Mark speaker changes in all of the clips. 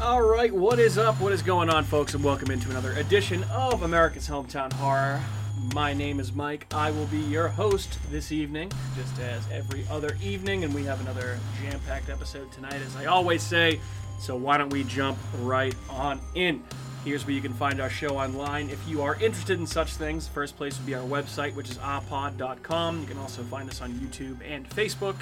Speaker 1: right, what is up? What is going on, folks? And welcome into another edition of America's Hometown Horror. My name is Mike. I will be your host this evening, just as every other evening, and we have another jam packed episode tonight, as I always say. So, why don't we jump right on in? Here's where you can find our show online. If you are interested in such things, first place would be our website, which is apod.com. You can also find us on YouTube and Facebook.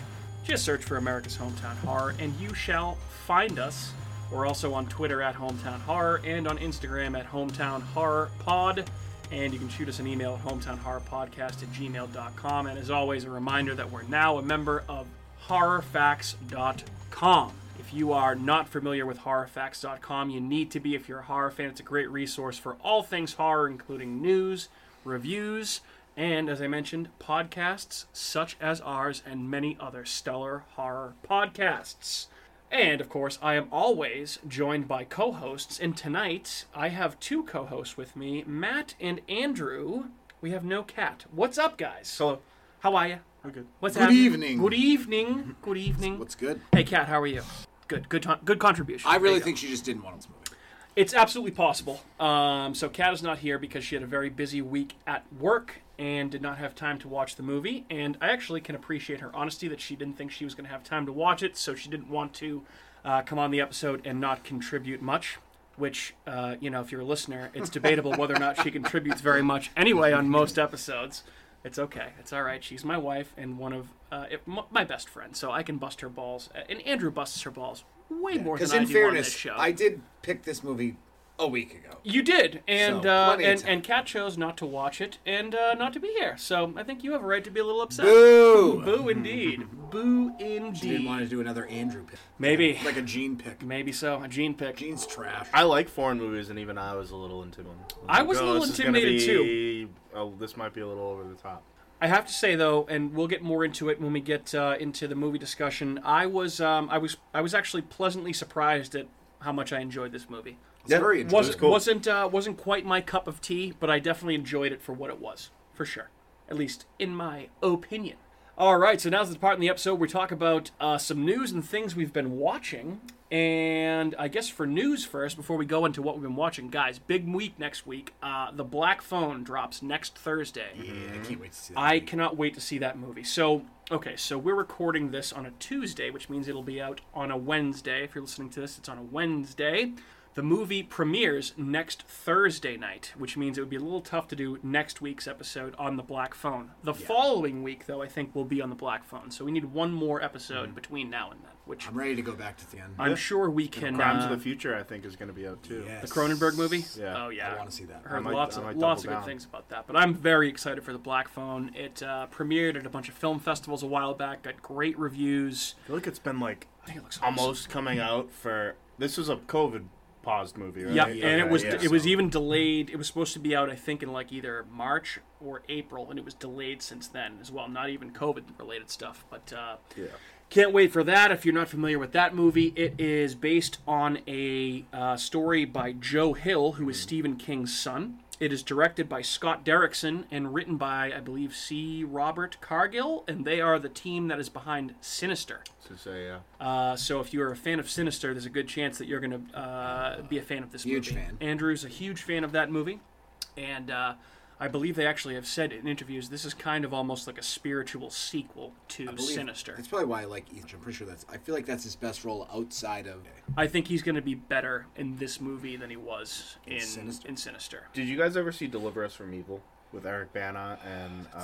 Speaker 1: Just search for America's Hometown Horror, and you shall find us. We're also on Twitter at Hometown Horror and on Instagram at Hometown Horror Pod. And you can shoot us an email at hometownhorrorpodcast at gmail.com. And as always, a reminder that we're now a member of horrorfacts.com. If you are not familiar with horrorfacts.com, you need to be if you're a horror fan. It's a great resource for all things horror, including news, reviews, and as I mentioned, podcasts such as ours and many other stellar horror podcasts. And of course, I am always joined by co hosts. And tonight, I have two co hosts with me Matt and Andrew. We have no cat. What's up, guys?
Speaker 2: Hello.
Speaker 1: How are you? We're good. What's
Speaker 2: Good
Speaker 1: happening?
Speaker 2: evening.
Speaker 1: Good evening. Good evening.
Speaker 2: What's good?
Speaker 1: Hey, Kat, how are you? Good, good, ton- good contribution.
Speaker 2: I
Speaker 1: There
Speaker 2: really
Speaker 1: you go.
Speaker 2: think she just didn't want this movie.
Speaker 1: it's absolutely possible. Um, so Kat is not here because she had a very busy week at work and did not have time to watch the movie. And I actually can appreciate her honesty that she didn't think she was going to have time to watch it, so she didn't want to uh, come on the episode and not contribute much. Which, uh, you know, if you're a listener, it's debatable whether or not she contributes very much anyway on most episodes. It's okay. It's all right. She's my wife and one of uh, it, m- my best friends, so I can bust her balls. And Andrew busts her balls way more than
Speaker 2: Because
Speaker 1: I
Speaker 2: in
Speaker 1: do on this
Speaker 2: fairness,
Speaker 1: show.
Speaker 2: I did pick this movie a week ago.
Speaker 1: You did, and
Speaker 2: So,
Speaker 1: uh,
Speaker 2: plenty of
Speaker 1: and
Speaker 2: time.
Speaker 1: and Kat chose not to watch it and uh, not to be here. So I think you have a right to be a little upset.
Speaker 2: Boo!
Speaker 1: Boo indeed. Boo
Speaker 2: She didn't want
Speaker 1: indeed.
Speaker 2: to do another Andrew pick,
Speaker 1: Maybe,
Speaker 2: like a Gene pick.
Speaker 1: maybe so. A gene pick.
Speaker 2: Gene's trash.
Speaker 3: I like foreign movies, and even I was a little intimidated.
Speaker 1: I was a little intimidated,
Speaker 3: too. Oh, this might be a little over the top.
Speaker 1: I have to say though, and we'll get more into it when we get uh, into the movie discussion. I was, um, I was, I was actually pleasantly surprised at how much I enjoyed this movie.
Speaker 2: It's very interesting.
Speaker 1: wasn't
Speaker 3: cool.
Speaker 1: wasn't uh, wasn't quite my cup of tea, but I definitely enjoyed it for what it was, for sure. At least in my opinion. All right, so now's the part in the episode where we talk about uh, some news and things we've been watching. And I guess for news first, before we go into what we've been watching, guys, big week next week. Uh, the Black Phone drops next Thursday.
Speaker 2: Yeah, I can't wait to see that.
Speaker 1: I
Speaker 2: movie.
Speaker 1: cannot wait to see that movie. So, okay, so we're recording this on a Tuesday, which means it'll be out on a Wednesday. If you're listening to this, it's on a Wednesday. The movie premieres next Thursday night, which means it would be a little tough to do next week's episode on the Black Phone. The following week, though, I think will be on the Black Phone. So we need one more episode
Speaker 3: Mm.
Speaker 1: between now and then, which
Speaker 2: I'm ready to go back to the end.
Speaker 1: I'm sure we can.
Speaker 3: Uh, Crimes
Speaker 1: uh,
Speaker 3: of the Future, I think, is going to be out too.
Speaker 2: Yes.
Speaker 1: the Cronenberg movie.
Speaker 3: Yeah.
Speaker 1: Oh yeah.
Speaker 2: I want to see that.
Speaker 1: Heard
Speaker 3: might-
Speaker 1: lots
Speaker 3: I
Speaker 1: of
Speaker 3: might
Speaker 1: lots of good
Speaker 3: double down.
Speaker 1: things about that, but I'm very excited for the Black Phone. It uh, premiered at a bunch of film festivals a while back, got great reviews.
Speaker 3: I feel like it's been like
Speaker 1: I think it looks awesome.
Speaker 3: almost coming out for. This was a COVID paused movie, right?
Speaker 1: Yeah, and it
Speaker 3: Okay,
Speaker 1: was
Speaker 3: yeah,
Speaker 1: it was
Speaker 3: so-
Speaker 1: even delayed. It was supposed to be out, I think, in like either March or April, and it was delayed since then as well. Not even COVID related stuff, but uh,
Speaker 3: Yeah.
Speaker 1: Can't wait for that. If you're not familiar with that movie, it is based on a uh, story by Joe Hill, who is
Speaker 3: Hmm.
Speaker 1: Stephen King's son. It is directed by Scott Derrickson and written by, I believe, C. Robert Cargill, and they are the team that is behind Sinister.
Speaker 3: So say yeah.
Speaker 1: Uh, so if you're a fan of Sinister, there's a good chance that you're going to uh, be a fan of this
Speaker 2: Huge
Speaker 1: movie.
Speaker 2: fan.
Speaker 1: Andrew's a huge fan of that movie, and uh, I believe they actually have said in interviews this is kind of almost like a spiritual sequel to
Speaker 2: Believe-
Speaker 1: Sinister.
Speaker 2: That's probably why I like Ethan. I'm pretty sure that's. I feel like that's his best role outside of.
Speaker 1: I think he's going to be better in this movie than he was in in Sinister.
Speaker 2: Sinister.
Speaker 3: Did you guys ever see Deliver Us from Evil with Eric Bana and
Speaker 2: sounds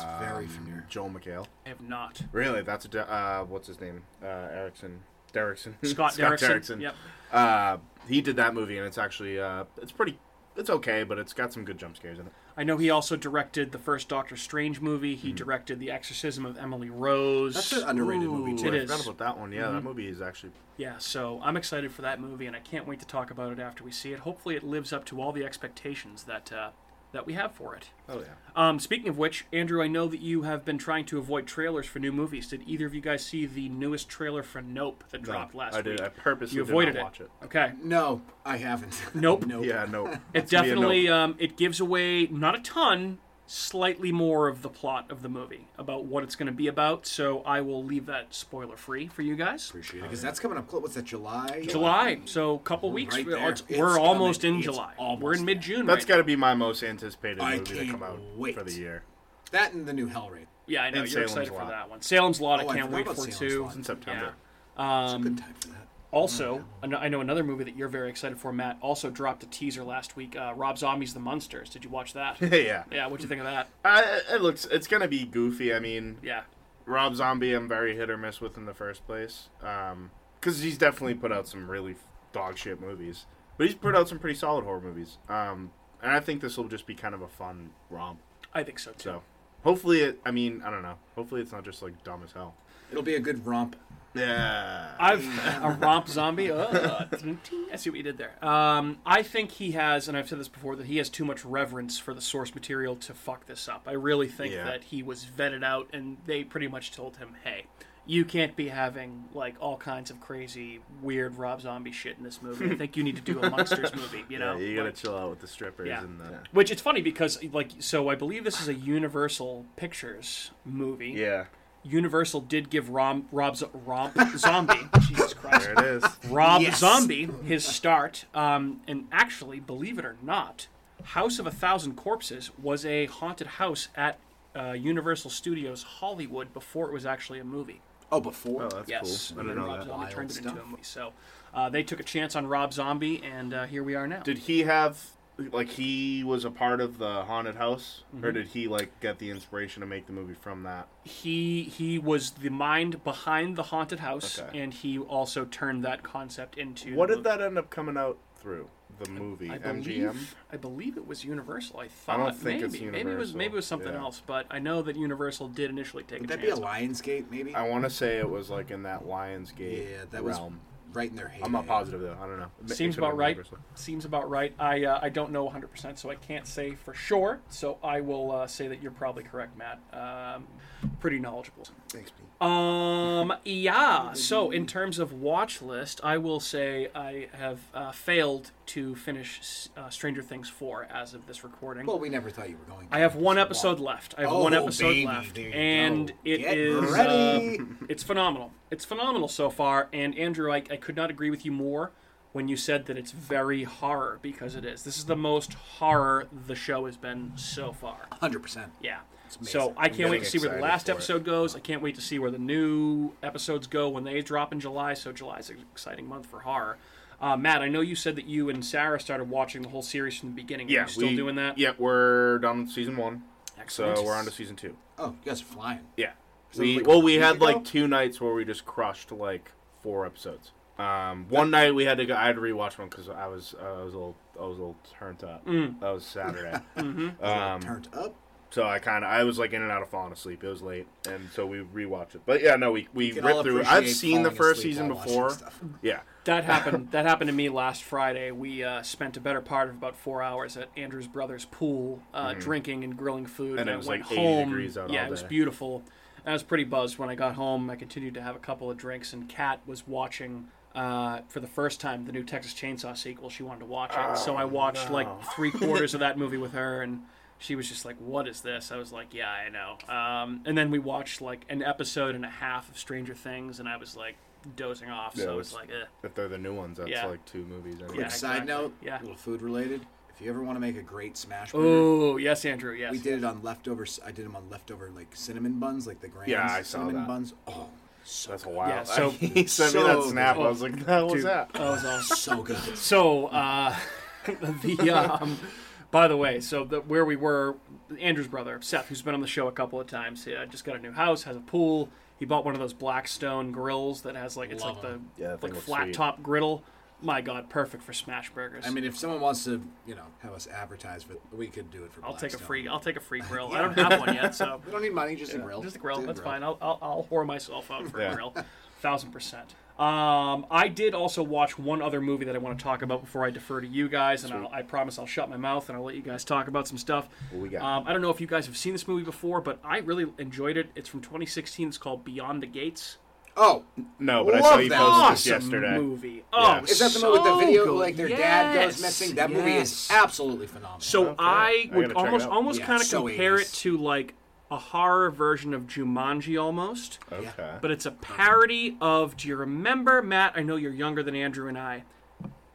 Speaker 3: uh,
Speaker 2: very familiar.
Speaker 3: Joel McHale?
Speaker 1: I have not.
Speaker 3: Really? That's a, de- uh, what's his name? Uh, Erickson. Derrickson.
Speaker 1: Scott, Derrickson. Yep.
Speaker 3: Uh, he did that movie, and it's actually uh, it's pretty, it's okay, but it's got some good jump scares in it.
Speaker 1: I know he also directed the first Doctor Strange movie. He directed The Exorcism of Emily Rose.
Speaker 2: Hmm. That's an underrated movie
Speaker 1: it
Speaker 2: too.
Speaker 3: I
Speaker 1: is.
Speaker 3: forgot about that one. Yeah, that
Speaker 2: Mm-hmm.
Speaker 3: movie is actually
Speaker 1: Yeah, so I'm excited for that movie, and I can't wait to talk about it after we see it. Hopefully, it lives up to all the expectations that uh, that we have for it.
Speaker 3: oh yeah.
Speaker 1: Um, speaking of which, Andrew, I know that you have been trying to avoid trailers for new movies. Did either of you guys see the newest trailer for Nope that dropped last
Speaker 3: I did.
Speaker 1: week?
Speaker 3: I purposely
Speaker 1: You
Speaker 3: did
Speaker 1: avoided
Speaker 3: not
Speaker 1: it.
Speaker 3: watch it.
Speaker 1: Okay.
Speaker 2: No, I haven't.
Speaker 1: Nope.
Speaker 2: nope.
Speaker 3: Yeah, no.
Speaker 1: It
Speaker 3: It's gonna be a
Speaker 1: definitely uh,
Speaker 3: no.
Speaker 1: um, it gives away not a ton, slightly more of the plot of the movie about what it's going to be about. So I will leave that spoiler free for you guys.
Speaker 2: Appreciate it because that's coming up close. What's that? July.
Speaker 1: July, so a couple weeks.
Speaker 2: right
Speaker 1: We're-
Speaker 2: there.
Speaker 1: it's-
Speaker 2: It's
Speaker 1: we're
Speaker 2: coming.
Speaker 1: almost in
Speaker 2: It's
Speaker 1: July.
Speaker 2: almost
Speaker 1: we're in
Speaker 2: there.
Speaker 1: mid June.
Speaker 3: That's
Speaker 1: right
Speaker 3: got to be my most anticipated
Speaker 2: I
Speaker 3: movie to
Speaker 2: can't
Speaker 3: come out
Speaker 2: wait.
Speaker 3: for the year.
Speaker 2: That and the new Hellraiser.
Speaker 1: now. Yeah, I know
Speaker 3: and
Speaker 1: you're
Speaker 3: Salem's
Speaker 1: excited
Speaker 3: Lot.
Speaker 1: for that one. Salem's Lot,
Speaker 2: Oh,
Speaker 1: I
Speaker 2: I
Speaker 1: can't
Speaker 2: forgot
Speaker 1: wait
Speaker 2: about
Speaker 1: for
Speaker 2: Salem's
Speaker 1: too.
Speaker 2: Lot. Mm.
Speaker 3: It's in September.
Speaker 2: It's a
Speaker 3: Mm.
Speaker 2: good time for that.
Speaker 1: Also, I know- I know another movie that you're very excited for. Matt also dropped a teaser last week. Uh, Rob Zombie's The Munsters. Did you watch that?
Speaker 3: Yeah.
Speaker 1: yeah, what'd you think of that?
Speaker 3: I, it looks. It's gonna be goofy. I mean,
Speaker 1: Yeah,
Speaker 3: Rob Zombie, I'm very hit or miss with in the first place, because he's definitely put out some really f- dog shit movies, but he's put out some pretty solid horror movies. Um, and I think this will just be kind of a fun romp.
Speaker 1: I think so too.
Speaker 3: So hopefully, it. I mean, I don't know. Hopefully, it's not just like dumb as hell.
Speaker 2: It'll be a good romp.
Speaker 3: Yeah.
Speaker 1: I've a romp zombie. Uh, ting, ting. I see what you did there. Um, I think he has, and I've said this before, that he has too much reverence for the source material to fuck this up. I really think
Speaker 3: Yeah.
Speaker 1: that he was vetted out, and they pretty much told him, "Hey, you can't be having like all kinds of crazy, weird Rob Zombie shit in this movie. I think you need to do a monsters movie." You know,
Speaker 3: yeah, you gotta
Speaker 1: Like-
Speaker 3: chill out with the strippers
Speaker 1: Yeah.
Speaker 3: and the.
Speaker 1: Which it's funny because like so I believe this is a Universal Pictures movie.
Speaker 3: Yeah.
Speaker 1: Universal did give Rom Rob Z- Romp Zombie Jesus Christ
Speaker 3: There it is.
Speaker 1: Rob
Speaker 2: Yes.
Speaker 1: Zombie his start um, and actually believe it or not House of a Thousand Corpses was a haunted house at uh, Universal Studios Hollywood before it was actually a movie.
Speaker 2: Oh, before.
Speaker 3: Oh, that's
Speaker 1: Yes,
Speaker 3: cool. I
Speaker 1: and
Speaker 3: don't
Speaker 1: then Rob
Speaker 3: know that.
Speaker 1: Zombie
Speaker 2: Wild
Speaker 1: turned it into a
Speaker 2: stuff.
Speaker 1: movie. So uh, they took a chance on Rob Zombie, and uh, here we are now.
Speaker 3: Did he have like he was a part of the haunted house,
Speaker 1: Mm-hmm.
Speaker 3: or did he like get the inspiration to make the movie from that?
Speaker 1: he he was the mind behind the haunted house,
Speaker 3: Okay.
Speaker 1: and he also turned that concept into
Speaker 3: What
Speaker 1: the
Speaker 3: did that end up coming out through? The movie
Speaker 1: I
Speaker 3: MGM.
Speaker 1: believe, I believe it was Universal. I thought
Speaker 3: think it's
Speaker 1: maybe maybe it was maybe it was
Speaker 3: Universal,
Speaker 1: something
Speaker 3: yeah.
Speaker 1: else, but I know that Universal did initially take
Speaker 2: Would
Speaker 1: a
Speaker 2: that be a
Speaker 1: chance.
Speaker 2: Lionsgate maybe?
Speaker 3: I want to say it was like in that Lionsgate
Speaker 2: yeah, that was
Speaker 3: realm.
Speaker 2: right in their hand.
Speaker 3: I'm not positive though. I don't know. It
Speaker 1: Seems
Speaker 3: could
Speaker 1: about
Speaker 3: have been
Speaker 1: right.
Speaker 3: Universal.
Speaker 1: Seems about right. I uh, I don't know 100, percent so I can't say for sure. So I will uh, say that you're probably correct, Matt. Um, pretty knowledgeable.
Speaker 2: Thanks, Pete. Oh,
Speaker 1: Um, yeah. So in terms of watch list, I will say I have uh, failed to finish uh, Stranger Things four as of this recording.
Speaker 2: Well, we never thought you were going. To
Speaker 1: I have one
Speaker 2: So
Speaker 1: episode
Speaker 2: why?
Speaker 1: left. I have
Speaker 2: Oh,
Speaker 1: one episode
Speaker 2: baby,
Speaker 1: left,
Speaker 2: there you
Speaker 1: and
Speaker 2: go.
Speaker 1: it
Speaker 2: Get
Speaker 1: is
Speaker 2: ready.
Speaker 1: uh, it's phenomenal. It's phenomenal so far. And Andrew, I, I could not agree with you more when you said that it's very horror because it is. This is the most horror the show has been so far.
Speaker 2: Hundred percent.
Speaker 1: Yeah.
Speaker 2: amazing.
Speaker 1: So I can't wait
Speaker 3: getting
Speaker 1: to see where the
Speaker 3: excited
Speaker 1: last
Speaker 3: for it.
Speaker 1: episode goes. I can't wait to see where the new episodes go when they drop in July. So July's an exciting month for horror. Uh, Matt, I know you said that you and Sarah started watching the whole series from the beginning. Are
Speaker 3: Yeah,
Speaker 1: you still
Speaker 3: we-
Speaker 1: doing that?
Speaker 3: Yeah, we're done with season one,
Speaker 1: Excellent.
Speaker 3: so we're on to season two.
Speaker 2: Oh, you guys are flying.
Speaker 3: Yeah.
Speaker 2: So
Speaker 3: We,
Speaker 2: like
Speaker 3: well, we
Speaker 2: a week
Speaker 3: had
Speaker 2: ago?
Speaker 3: like two nights where we just crushed like four episodes. Um, one night we had to go. I had to rewatch one because I was I was a little I was a little turned up.
Speaker 1: Mm.
Speaker 3: That was Saturday. um,
Speaker 2: Turned up.
Speaker 3: so I kind of I was like in and out of falling asleep. It was late, and so we rewatched it. But yeah, no, we we
Speaker 2: Can
Speaker 3: ripped
Speaker 2: all
Speaker 3: through. it.
Speaker 2: appreciate
Speaker 3: I've seen the
Speaker 2: falling
Speaker 3: first
Speaker 2: asleep
Speaker 3: season
Speaker 2: while watching
Speaker 3: before.
Speaker 2: stuff.
Speaker 3: Yeah,
Speaker 1: That happened. that happened to me last Friday. We uh, spent a better part of about four hours at Andrew's brother's pool, uh, drinking and grilling food.
Speaker 3: Mm-hmm. And it
Speaker 1: I
Speaker 3: was
Speaker 1: went
Speaker 3: like 80
Speaker 1: home.
Speaker 3: degrees out
Speaker 1: yeah,
Speaker 3: all
Speaker 1: it was
Speaker 3: day.
Speaker 1: beautiful. I was pretty buzzed when I got home. I continued to have a couple of drinks, and Kat was watching uh, for the first time the new Texas Chainsaw sequel. She wanted to watch it, so I
Speaker 3: Oh,
Speaker 1: watched like three quarters of that movie with her, and she was just like, "What is this?" I was like, "Yeah, I know." Um, and then we watched like an episode and a half of Stranger Things, and I was like dozing off.
Speaker 3: Yeah,
Speaker 1: so
Speaker 3: it
Speaker 1: I was
Speaker 3: was-
Speaker 1: like, eh.
Speaker 3: if they're the new ones, that's
Speaker 1: Yeah.
Speaker 3: like two movies. Anyway.
Speaker 1: Yeah,
Speaker 2: Quick side
Speaker 1: exactly.
Speaker 2: note.
Speaker 1: Yeah.
Speaker 2: Little food related. If you ever want to make a great smash burger,
Speaker 1: Oh yes, Andrew. Yes.
Speaker 2: we did it on leftover. I did them on leftover like cinnamon buns, like the grand
Speaker 3: Yeah, I saw
Speaker 2: cinnamon
Speaker 3: that.
Speaker 2: buns. Oh, so
Speaker 3: That's a while.
Speaker 1: Yeah, so-
Speaker 3: he sent me that
Speaker 2: so- uh,
Speaker 3: snap. I was like, "That was
Speaker 1: Dude,
Speaker 3: that."
Speaker 1: that was awesome.
Speaker 2: so good.
Speaker 1: So, uh, the um, by the way, so the, where we were, Andrew's brother Seth, who's been on the show a couple of times, he uh, just got a new house, has a pool. He bought one of those Blackstone grills that has like it's
Speaker 2: Love
Speaker 1: like the
Speaker 2: 'em.
Speaker 3: Yeah, that thing
Speaker 1: like
Speaker 3: looks
Speaker 1: flat
Speaker 3: sweet.
Speaker 1: top griddle. My God, perfect for smash burgers.
Speaker 2: I mean, if someone wants to, you know, have us advertise, for, we could do it for.
Speaker 1: I'll take a
Speaker 2: Blackstone.
Speaker 1: free. I'll take a free grill. I don't have one yet, so
Speaker 2: We don't need money, just a grill.
Speaker 1: Just a grill.
Speaker 2: Just
Speaker 1: That's fine. I'll, I'll, I'll whore myself out for
Speaker 3: Yeah.
Speaker 1: a grill. Thousand percent. Um, I did also watch one other movie that I want to talk about before I defer to you guys, and I'll, I promise I'll shut my mouth and I'll let you guys talk about some stuff.
Speaker 3: What we got?
Speaker 1: Um, I don't know if you guys have seen this movie before, but I really enjoyed it. It's from 2016. It's called Beyond the Gates.
Speaker 2: Oh,
Speaker 3: No, but I
Speaker 2: Love
Speaker 3: saw you
Speaker 2: that.
Speaker 3: posted this
Speaker 1: awesome
Speaker 3: yesterday.
Speaker 1: movie. Oh,
Speaker 3: Yeah.
Speaker 2: is that the
Speaker 1: so
Speaker 2: movie with the video
Speaker 1: good.
Speaker 2: like their dad
Speaker 1: Yes,
Speaker 2: goes missing? That movie is
Speaker 1: yes.
Speaker 2: absolutely phenomenal.
Speaker 1: So
Speaker 3: Okay.
Speaker 1: I
Speaker 3: I gotta
Speaker 1: would
Speaker 3: check it
Speaker 1: almost
Speaker 3: out.
Speaker 1: almost
Speaker 2: Yeah,
Speaker 1: kind of
Speaker 2: so
Speaker 1: compare it
Speaker 2: 80s.
Speaker 1: to like a horror version of Jumanji almost,
Speaker 3: Okay.
Speaker 1: but it's a parody of. Do you remember Matt? I know you're younger than Andrew and I.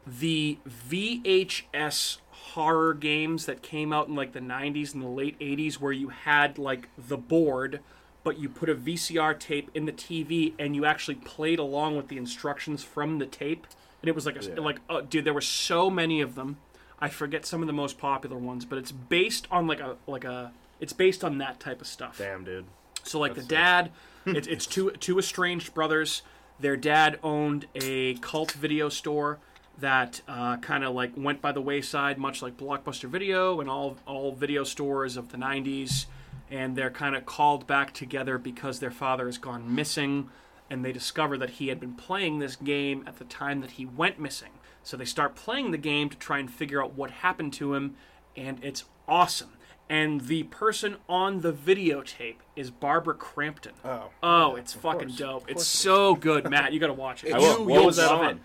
Speaker 1: The VHS horror games that came out in like the 90s and the late 80s where you had like the board but you put a VCR tape in the TV and you actually played along with the instructions from the tape and it was like a, like oh, dude there were so many of them I forget some of the most popular ones but it's based on like a like a it's based on that type of stuff
Speaker 3: Damn, dude.
Speaker 1: so like the dad, it's it's two two estranged brothers. Their dad owned a cult video store that uh, kind of like went by the wayside, much like Blockbuster Video and all all video stores of the '90s. And they're kind of called back together because their father has gone missing, and they discover that he had been playing this game at the time that he went missing. So they start playing the game to try and figure out what happened to him, and it's awesome and the person on the videotape is Barbara Crampton.
Speaker 3: Oh.
Speaker 1: Oh, it's fucking dope. It's so good, Matt. You got to watch it.
Speaker 2: I
Speaker 3: will.
Speaker 1: You,
Speaker 3: What
Speaker 1: will
Speaker 3: was that
Speaker 1: love
Speaker 3: on?
Speaker 1: it.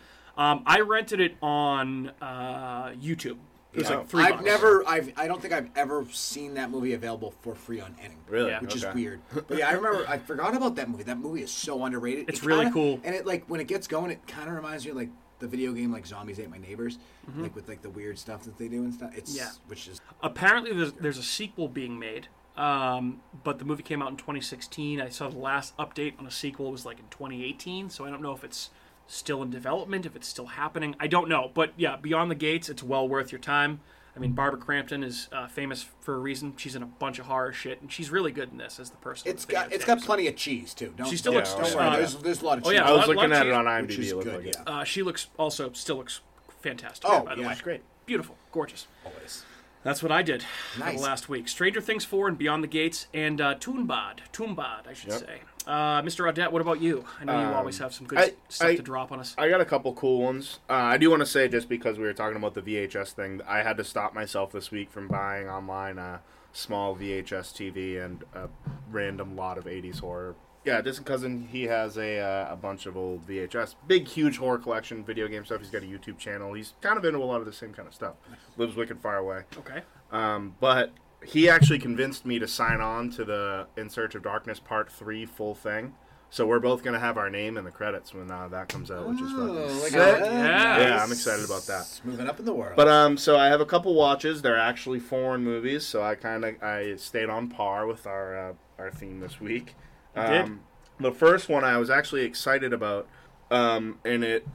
Speaker 1: Um, I rented it on uh, YouTube. It was
Speaker 3: Yeah.
Speaker 1: like 3
Speaker 2: I've
Speaker 1: bucks.
Speaker 2: never, I've, I don't think I've ever seen that movie available for free on any.
Speaker 3: Really?
Speaker 1: Yeah.
Speaker 2: Which
Speaker 3: Okay.
Speaker 2: is weird. But yeah, I remember, I forgot about that movie. That movie is so underrated.
Speaker 1: It's
Speaker 2: It
Speaker 1: really
Speaker 2: kinda-
Speaker 1: cool.
Speaker 2: And it like when it gets going, it kind of reminds me of, like the video game like Zombies Ate My Neighbors, like with like the weird stuff that they do and stuff. It's
Speaker 1: Mm-hmm. Yeah.
Speaker 2: which is
Speaker 1: Apparently, there's, there's a sequel being made, um, but the movie came out in 2016. I saw the last update on a sequel was like in 2018, so I don't know if it's still in development, if it's still happening. I don't know, but yeah, Beyond the Gates, it's well worth your time. I mean, Barbara Crampton is uh, famous for a reason. She's in a bunch of horror shit, and she's really good in this as the person.
Speaker 2: it's
Speaker 1: with the
Speaker 2: got it's
Speaker 1: videotape,
Speaker 2: got
Speaker 1: so-
Speaker 2: plenty of cheese too. Don't,
Speaker 1: She still
Speaker 2: don't-
Speaker 1: looks-
Speaker 2: don't
Speaker 3: oh,
Speaker 2: worry.
Speaker 3: yeah.
Speaker 2: There's there's a lot of
Speaker 1: Oh,
Speaker 2: cheese.
Speaker 1: yeah,
Speaker 3: I was
Speaker 1: Lot-
Speaker 3: looking
Speaker 1: lot
Speaker 3: at it
Speaker 1: cheese,
Speaker 3: on
Speaker 2: which
Speaker 3: IMDb.
Speaker 2: is
Speaker 3: It looked
Speaker 2: good.
Speaker 3: like it.
Speaker 2: yeah.
Speaker 1: Uh, she looks also still looks fantastic.
Speaker 2: Oh,
Speaker 1: by the
Speaker 2: yeah.
Speaker 1: way,
Speaker 2: She's
Speaker 3: great.
Speaker 1: beautiful, gorgeous.
Speaker 2: Always.
Speaker 1: That's what I did for
Speaker 2: Nice.
Speaker 1: the last week. Stranger Things 4 and Beyond the Gates and uh, Toonbad. Toonbad, I should
Speaker 3: Yep. Um,
Speaker 1: say. Uh, Mr. Audette, what about you? I know you always have some good
Speaker 3: I-
Speaker 1: stuff
Speaker 3: I-
Speaker 1: to drop on us.
Speaker 3: I got a couple cool ones. Uh, I do want to say just because we were talking about the VHS thing, I had to stop myself this week from buying online a small VHS TV and a random lot of '80s horror. Yeah, just because he has a uh, a bunch of old VHS, big huge horror collection, video game stuff. He's got a YouTube channel. He's kind of into a lot of the same kind of stuff. Lives wicked far away.
Speaker 1: okay.
Speaker 3: Um, but he actually convinced me to sign on to the In Search of Darkness Part Three full thing. So we're both gonna have our name in the credits when uh, that comes out, which is
Speaker 2: Oh,
Speaker 3: fucking
Speaker 2: look
Speaker 3: sick.
Speaker 2: at that.
Speaker 1: Yeah.
Speaker 3: Yeah, I'm excited about that.
Speaker 2: It's moving up in the world.
Speaker 3: But um, so I have a couple watches. They're actually foreign movies, so I kind of I stayed on par with our uh, our theme this week.
Speaker 1: did?
Speaker 3: Um, the first one I was actually excited about, um, and it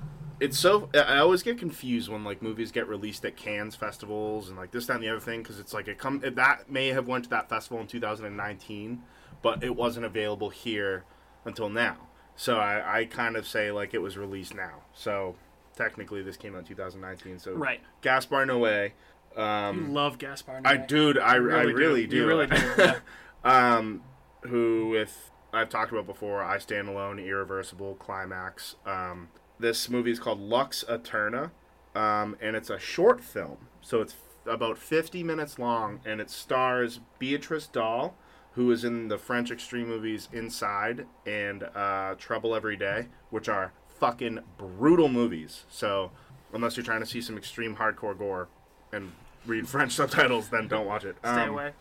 Speaker 3: it's so I- I always get confused when like movies get released at Cannes festivals and like this that, and the other thing because it's like it come it- that may have went to that festival in 2019, but it wasn't available here until now. So I, I kind of say like it was released now. So technically this came out in 2019. So
Speaker 1: Right.
Speaker 3: Gaspar Noé.
Speaker 1: You
Speaker 3: Um,
Speaker 1: love Gaspar.
Speaker 3: I
Speaker 1: Noé.
Speaker 3: dude, I, I
Speaker 1: You
Speaker 3: really do.
Speaker 1: You really do. Yeah.
Speaker 3: um, who with I've talked about before, I Stand Alone, Irreversible, Climax. Um, this movie is called Lux Eterna, um, and it's a short film, so it's about 50 minutes long, and it stars Beatrice Dahl, who is in the French extreme movies Inside and uh, Trouble Every Day, which are fucking brutal movies. So unless you're trying to see some extreme hardcore gore and read French subtitles, then don't watch it.
Speaker 1: Stay
Speaker 3: Um,
Speaker 1: away.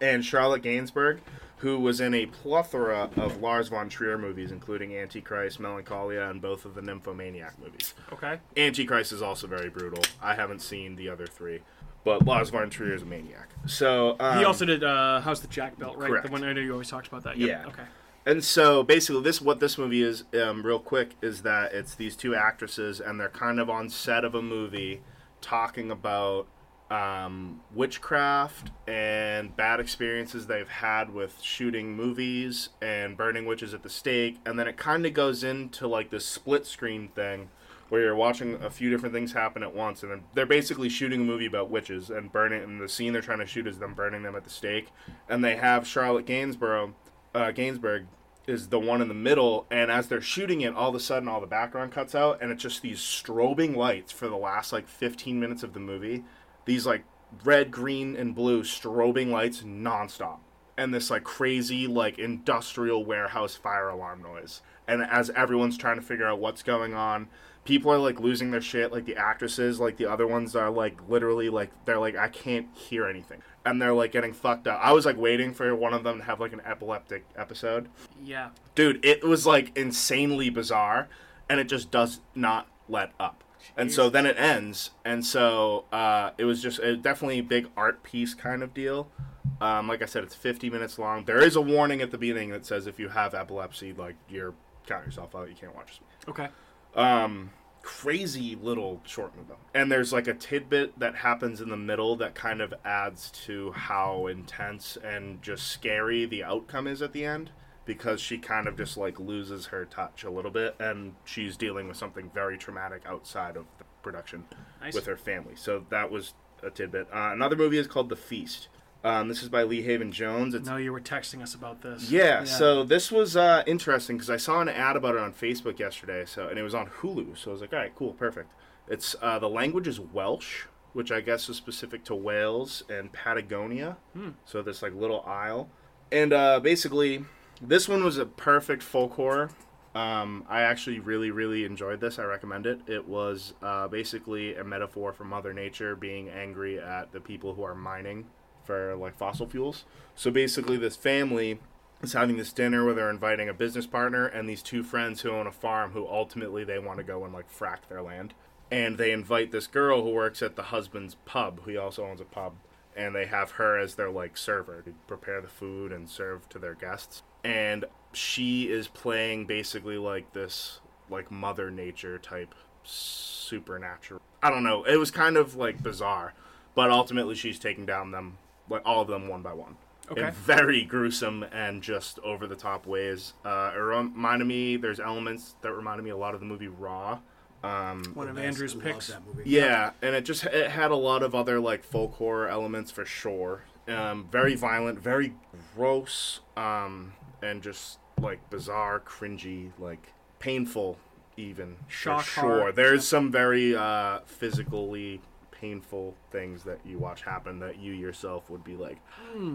Speaker 3: and Charlotte Gainsbourg, who was in a plethora of Lars von Trier movies, including Antichrist, Melancholia, and both of the Nymphomaniac movies.
Speaker 1: Okay.
Speaker 3: Antichrist is also very brutal. I haven't seen the other three, but Lars von Trier is a maniac. So um,
Speaker 1: He also did uh, How's the Jack Belt, right?
Speaker 3: correct.
Speaker 1: The one I know you always talked about that. Yep.
Speaker 3: Yeah.
Speaker 1: Okay.
Speaker 3: And so basically, this what this movie is, um, real quick, is that it's these two actresses and they're kind of on set of a movie talking about um, witchcraft and bad experiences they've had with shooting movies and burning witches at the stake. And then it kind of goes into like this split screen thing where you're watching a few different things happen at once, and then they're basically shooting a movie about witches and burning. And the scene they're trying to shoot is them burning them at the stake, and they have Charlotte Gainsborough, uh, Gainsbourg is the one in the middle, and as they're shooting it, all of a sudden all the background cuts out, and it's just these strobing lights for the last like 15 minutes of the movie. These like red, green, and blue strobing lights nonstop and this like crazy like industrial warehouse fire alarm noise. And as everyone's trying to figure out what's going on, people are like losing their shit. Like the actresses, like the other ones are like literally like they're like I can't hear anything, and they're like getting fucked up. I was like waiting for one of them to have like an epileptic episode.
Speaker 1: Yeah.
Speaker 3: Dude, it was like insanely bizarre, and it just does not let up. And so then it ends, and so uh, it was just it definitely a big art piece kind of deal. Um, like I said, it's 50 minutes long. There is a warning at the beginning that says if you have epilepsy, like you're count yourself out, you can't watch this
Speaker 1: Okay.
Speaker 3: um, crazy little short movie. And there's like a tidbit that happens in the middle that kind of adds to how intense and just scary the outcome is at the end because she kind of just like loses her touch a little bit and she's dealing with something very traumatic outside of the production
Speaker 1: Nice.
Speaker 3: with her family. So that was a tidbit. Uh, another movie is called The Feast. Um, this is by Lee Haven Jones. It's
Speaker 1: No, you were texting us about this.
Speaker 3: yeah, so this was uh, interesting because I saw an ad about it on Facebook yesterday, so and it was on Hulu. So I was like, all right, cool, perfect. It's uh, the language is Welsh, which I guess is specific to Wales and Patagonia. So this like little isle, and uh, basically, this one was a perfect folk horror. Um, I actually really, really enjoyed this. I recommend it. It was uh, basically a metaphor for Mother Nature being angry at the people who are mining for like fossil fuels. So basically, this family is having this dinner where they're inviting a business partner and these two friends who own a farm who ultimately they want to go and like frack their land. And they invite this girl who works at the husband's pub, who also owns a pub, and they have her as their like server to prepare the food and serve to their guests. And she is playing basically like this like mother nature type supernatural. I don't know. It was kind of like bizarre, but ultimately she's taking down them like all of them one by one
Speaker 1: Okay.
Speaker 3: in very gruesome and just over the top ways. Uh, it reminded me there's elements that reminded me a lot of the movie Raw. Um,
Speaker 1: One of
Speaker 2: Nice.
Speaker 1: Andrew's
Speaker 2: Love
Speaker 1: picks.
Speaker 2: that movie.
Speaker 3: yeah, and it just it had a lot of other like folk horror elements for sure. Um, very violent, very gross, um, and just like bizarre, cringy, like painful, even
Speaker 1: Shock
Speaker 3: for sure.
Speaker 1: horror.
Speaker 3: There's some very uh, physically painful things that you watch happen that you yourself would be like,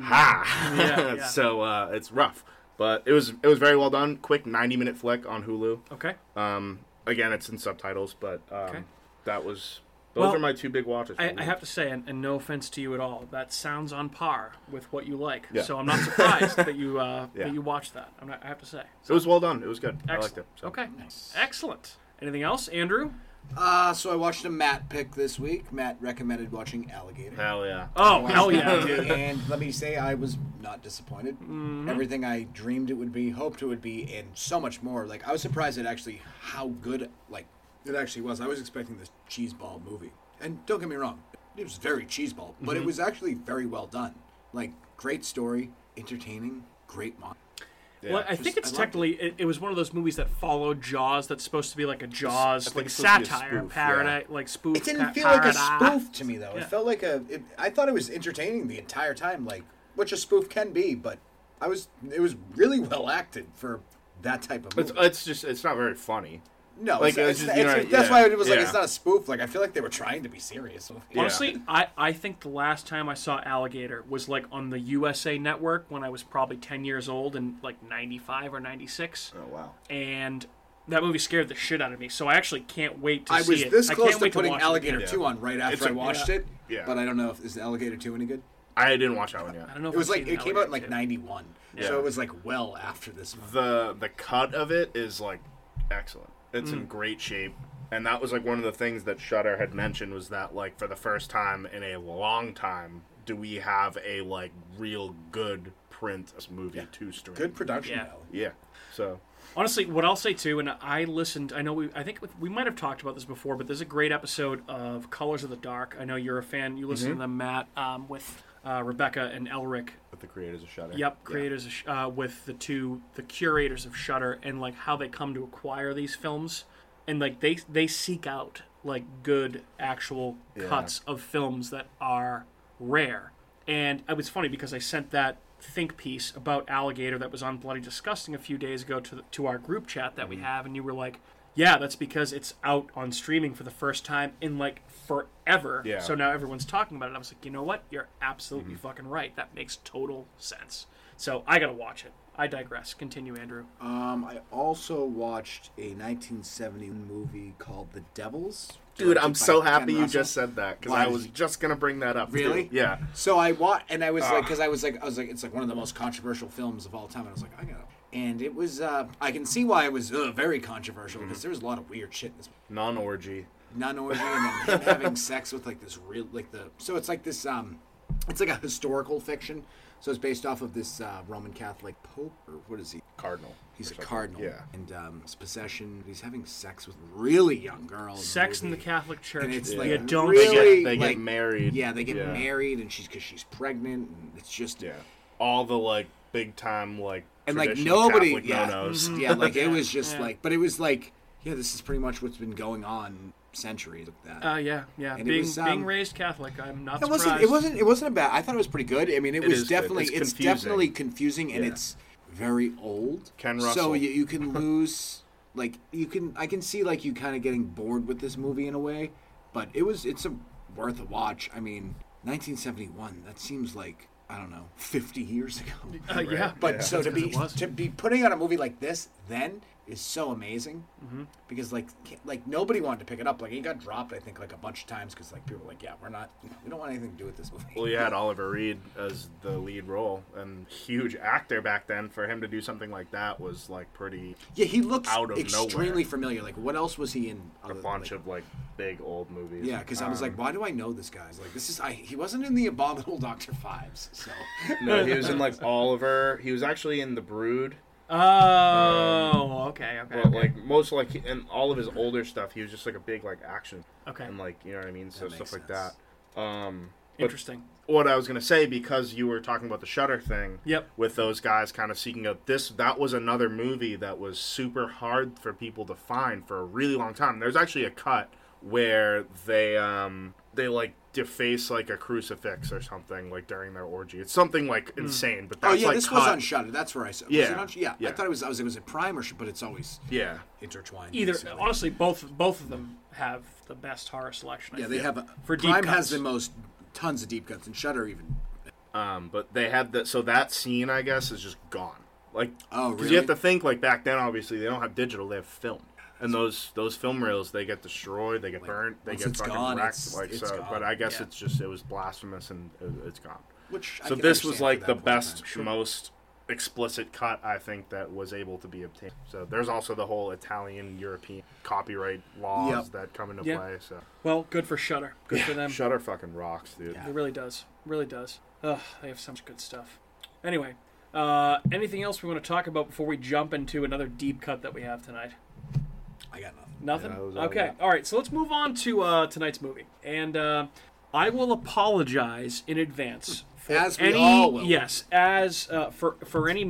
Speaker 3: ha.
Speaker 1: Hmm. Yeah, yeah.
Speaker 3: so uh, it's rough, but it was it was very well done. Quick 90 minute flick on Hulu.
Speaker 1: Okay.
Speaker 3: Um, again, it's in subtitles, but um,
Speaker 1: Okay.
Speaker 3: that was those
Speaker 1: Well,
Speaker 3: are my two big watches.
Speaker 1: I, I have to say, and, and no offense to you at all, that sounds on par with what you like.
Speaker 3: Yeah.
Speaker 1: So I'm not surprised that you uh,
Speaker 3: Yeah.
Speaker 1: that you watched that. I'm not, I have to say.
Speaker 3: It was well done. It was good. I liked
Speaker 1: Excellent.
Speaker 3: it. So.
Speaker 1: Okay. Excellent. Anything else, Andrew?
Speaker 2: Uh, so I watched a Matt pick this week. Matt recommended watching Alligator.
Speaker 3: Hell yeah.
Speaker 1: Oh
Speaker 2: Watched
Speaker 1: hell yeah,
Speaker 2: Alligator,
Speaker 1: dude!
Speaker 2: And let me say, I was not disappointed.
Speaker 1: Mm-hmm.
Speaker 2: Everything I dreamed it would be, hoped it would be, and so much more. Like I was surprised at actually how good like it actually was. I was expecting this cheeseball movie, and don't get me wrong, it was very cheeseball, but
Speaker 1: Mm-hmm.
Speaker 2: it was actually very well done. Like great story, entertaining, great mon.
Speaker 3: Yeah.
Speaker 1: well, I think
Speaker 2: just-
Speaker 1: it's
Speaker 2: I loved
Speaker 1: technically it. It, was one of those movies that followed Jaws. That's supposed to be like a Jaws,
Speaker 3: think
Speaker 1: like
Speaker 3: it's supposed to be a
Speaker 1: satire,
Speaker 3: spoof,
Speaker 1: parody, like spoof.
Speaker 2: It didn't
Speaker 1: pa-
Speaker 2: feel like a
Speaker 1: parody.
Speaker 2: spoof to me though.
Speaker 1: Yeah.
Speaker 2: It felt like a. It, I thought it was entertaining the entire time, like which a spoof can be. But I was. It was really well acted for that type of movie.
Speaker 3: it's, it's just it's not very funny.
Speaker 2: no,
Speaker 3: like,
Speaker 2: like
Speaker 3: it's
Speaker 2: it's,
Speaker 3: just,
Speaker 2: it's-
Speaker 3: you know,
Speaker 2: it's- that's
Speaker 3: yeah,
Speaker 2: why it was like
Speaker 3: yeah.
Speaker 2: it's not a spoof. Like I feel like they were trying to be serious.
Speaker 3: Yeah.
Speaker 1: Honestly, I, I think the last time I saw Alligator was like on the USA Network when I was probably 10 years old in like 95 or 96.
Speaker 3: Oh wow.
Speaker 1: And that movie scared the shit out of me. So I actually can't wait to
Speaker 2: I
Speaker 1: see
Speaker 2: was
Speaker 1: it.
Speaker 2: this
Speaker 1: I
Speaker 2: close
Speaker 1: can't
Speaker 2: to
Speaker 1: wait
Speaker 2: putting
Speaker 1: watch it.
Speaker 2: Alligator
Speaker 3: Yeah.
Speaker 2: Two on right after
Speaker 3: It's a-
Speaker 2: I watched
Speaker 1: yeah.
Speaker 2: it.
Speaker 3: Yeah.
Speaker 2: But I don't know if is Alligator Two any good.
Speaker 3: I didn't watch that one yet.
Speaker 1: I don't know if
Speaker 2: It was
Speaker 1: I've
Speaker 2: like
Speaker 1: seen
Speaker 2: it came out in
Speaker 1: Alligator
Speaker 2: like
Speaker 1: too.
Speaker 2: '91,
Speaker 3: Yeah.
Speaker 2: so it was like well after this one.
Speaker 3: The the cut of it is like excellent. It's
Speaker 1: Mm.
Speaker 3: in great shape. And that was like one of the things that Shutter had mentioned was that like for the first time in a long time do we have a like real good print movie to stream.
Speaker 2: Good production
Speaker 1: Yeah.
Speaker 2: value.
Speaker 3: Yeah. So
Speaker 1: Honestly, what I'll say too, and I listened. I know we. I think we might have talked about this before, but there's a great episode of Colors of the Dark. I know you're a fan. You
Speaker 2: Mm-hmm.
Speaker 1: listen to them, Matt, um, with uh, Rebecca and Elric.
Speaker 3: with the creators of Shutter.
Speaker 1: Yep, creators of Sh- uh, with the two the curators of Shutter and like how they come to acquire these films, and like they they seek out like good actual cuts of films that are rare. And it was funny because I sent that think piece about Alligator that was on Bloody Disgusting a few days ago to the, to our group chat that we have, and you were like, Yeah, that's because it's out on streaming for the first time in like forever.
Speaker 3: Yeah.
Speaker 1: So now everyone's talking about it. I was like, you know what? You're absolutely
Speaker 2: Mm-hmm.
Speaker 1: fucking right. That makes total sense. So I gotta watch it. I digress. Continue, Andrew.
Speaker 2: Um, I also watched a 1970 movie called The Devils.
Speaker 3: Dude, I'm
Speaker 2: directed by
Speaker 3: so
Speaker 2: Ken
Speaker 3: happy you
Speaker 2: Russell.
Speaker 3: just said that because
Speaker 2: Why
Speaker 3: I
Speaker 2: did
Speaker 3: was
Speaker 2: you-
Speaker 3: just gonna bring that up. too.
Speaker 2: Really?
Speaker 3: Yeah. Ah.
Speaker 2: So I watched, and I was like, because I was like, I was like, it's like one of the most controversial films of all time, and I was like, I gotta. And it was, uh, I can see why it was uh, very controversial
Speaker 3: Mm-hmm.
Speaker 2: because there was a lot of weird shit in this
Speaker 3: Non orgy.
Speaker 2: nun orgy and then him having sex with like this real like the so it's like this um it's like a historical fiction so it's based off of this uh, roman catholic pope or what is he
Speaker 3: Cardinal.
Speaker 2: he's
Speaker 3: or
Speaker 2: a
Speaker 3: something.
Speaker 2: cardinal
Speaker 3: Yeah.
Speaker 2: and um his possession he's having sex with really young girls
Speaker 1: Sex in the Catholic Church.
Speaker 2: and it's
Speaker 1: you
Speaker 2: like
Speaker 1: don't
Speaker 2: really
Speaker 1: get it.
Speaker 3: They get
Speaker 2: like-
Speaker 3: married.
Speaker 2: yeah they get married and she's because she's pregnant and it's just
Speaker 3: Yeah. All the like big time like
Speaker 2: and like
Speaker 3: traditional
Speaker 2: nobody
Speaker 3: Catholic
Speaker 2: yeah Mm-hmm.
Speaker 3: no-nos.
Speaker 2: yeah like it was just
Speaker 1: Yeah.
Speaker 2: like but it was like yeah this is pretty much what's been going on centuries like that
Speaker 1: Uh, yeah, yeah.
Speaker 2: And it
Speaker 1: being
Speaker 2: was,
Speaker 1: being
Speaker 2: um,
Speaker 1: raised Catholic, I'm not
Speaker 2: It
Speaker 1: surprised.
Speaker 2: wasn't. It wasn't. It wasn't a bad. I thought it was pretty good. I mean, it,
Speaker 3: It
Speaker 2: was
Speaker 3: is good.
Speaker 2: definitely.
Speaker 3: It's
Speaker 2: It's,
Speaker 3: confusing.
Speaker 2: definitely confusing, and
Speaker 3: Yeah.
Speaker 2: it's very old.
Speaker 3: Ken
Speaker 2: So
Speaker 3: Russell.
Speaker 2: you, you can lose. like you can. I can see like you kind of getting bored with this movie in a way, but it was. It's a worth a watch. I mean, 1971. That seems like I don't know, 50 years ago.
Speaker 1: Uh, yeah,
Speaker 2: But so to
Speaker 1: 'cause
Speaker 2: be
Speaker 1: it was.
Speaker 2: to be putting out a movie like this then is so amazing
Speaker 3: Mm-hmm.
Speaker 2: because like ca- like nobody wanted to pick it up. Like it got dropped, I think, like a bunch of times because like people were like, yeah, we're not, we don't want anything to do with this movie.
Speaker 3: Well, you had Oliver Reed as the lead role, and huge actor back then. For him to do something like that was like pretty.
Speaker 2: yeah, he looks
Speaker 3: Out of
Speaker 2: extremely
Speaker 3: nowhere.
Speaker 2: familiar. Like what else was he in?
Speaker 3: A
Speaker 2: other than,
Speaker 3: bunch
Speaker 2: like-
Speaker 3: of like big old movies.
Speaker 2: Yeah, because I was
Speaker 3: Um,
Speaker 2: like, why do I know this guy? I was like, this is I. He wasn't in the Abominable Doctor Fives, so
Speaker 3: no, he was in like Oliver. He was actually in The Brood.
Speaker 2: um,
Speaker 1: Oh, okay, okay,
Speaker 3: But
Speaker 1: okay.
Speaker 3: like most like and all of his older stuff, he was just like a big like action
Speaker 1: Okay.
Speaker 3: and like you know what I mean. So
Speaker 2: That
Speaker 3: stuff
Speaker 2: makes
Speaker 3: like
Speaker 2: sense.
Speaker 3: that. Um, but
Speaker 1: Interesting.
Speaker 3: what I was gonna say because you were talking about the Shutter thing.
Speaker 1: Yep.
Speaker 3: With those guys kind of seeking out this, that was another movie that was super hard for people to find for a really long time. There's actually a cut where they um they like deface like a crucifix or something like during their orgy. It's something like insane, but
Speaker 2: oh
Speaker 3: that's
Speaker 2: yeah,
Speaker 3: like
Speaker 2: this
Speaker 3: cut.
Speaker 2: was on Shutter. That's where I saw. was it
Speaker 3: Yeah,
Speaker 2: on Sh- yeah,
Speaker 3: yeah.
Speaker 2: I thought it was. I was. It was a primer, but it's always
Speaker 3: yeah.
Speaker 2: intertwined.
Speaker 1: Either
Speaker 2: basically.
Speaker 1: honestly, both both of them have the best horror selection. I
Speaker 2: Yeah, they
Speaker 1: feel.
Speaker 2: have a,
Speaker 1: For deep
Speaker 2: Prime has
Speaker 1: cuts.
Speaker 2: the most tons of deep cuts, and Shutter even.
Speaker 3: Um, but they had that, so that scene, I guess, is just gone. Like,
Speaker 2: Oh,
Speaker 3: you
Speaker 2: really?
Speaker 3: have to think like back then. Obviously, they don't have digital; they have film, and those those film reels they get destroyed, they get burnt, they
Speaker 2: once
Speaker 3: get
Speaker 2: it's
Speaker 3: fucking
Speaker 2: gone,
Speaker 3: wrecked.
Speaker 2: it's-
Speaker 3: like
Speaker 2: it's
Speaker 3: so,
Speaker 2: gone,
Speaker 3: but I guess
Speaker 1: yeah.
Speaker 3: it's just it was blasphemous and it, it's gone.
Speaker 2: Which I
Speaker 3: so
Speaker 2: can
Speaker 3: this
Speaker 2: understand
Speaker 3: was like
Speaker 2: for
Speaker 3: the
Speaker 2: that point in
Speaker 3: best,
Speaker 2: time.
Speaker 3: most explicit cut I think that was able to be obtained. So there's also the whole Italian European copyright laws
Speaker 2: Yep.
Speaker 3: that come into
Speaker 1: Yeah.
Speaker 3: play. So
Speaker 1: Well, good for Shutter. Good for them.
Speaker 3: Shutter fucking rocks, dude.
Speaker 2: Yeah.
Speaker 1: It really does. Really does. Ugh, they have so much good stuff. Anyway, uh, anything else we want to talk about before we jump into another deep cut that we have tonight?
Speaker 2: I got
Speaker 1: Nothing.
Speaker 2: nothing.
Speaker 3: Yeah, that was all we
Speaker 1: okay.
Speaker 3: got.
Speaker 1: All right. So let's move on to uh, tonight's movie, and uh, I will apologize in advance for
Speaker 2: As we
Speaker 1: any
Speaker 2: all will.
Speaker 1: yes, as uh, for for any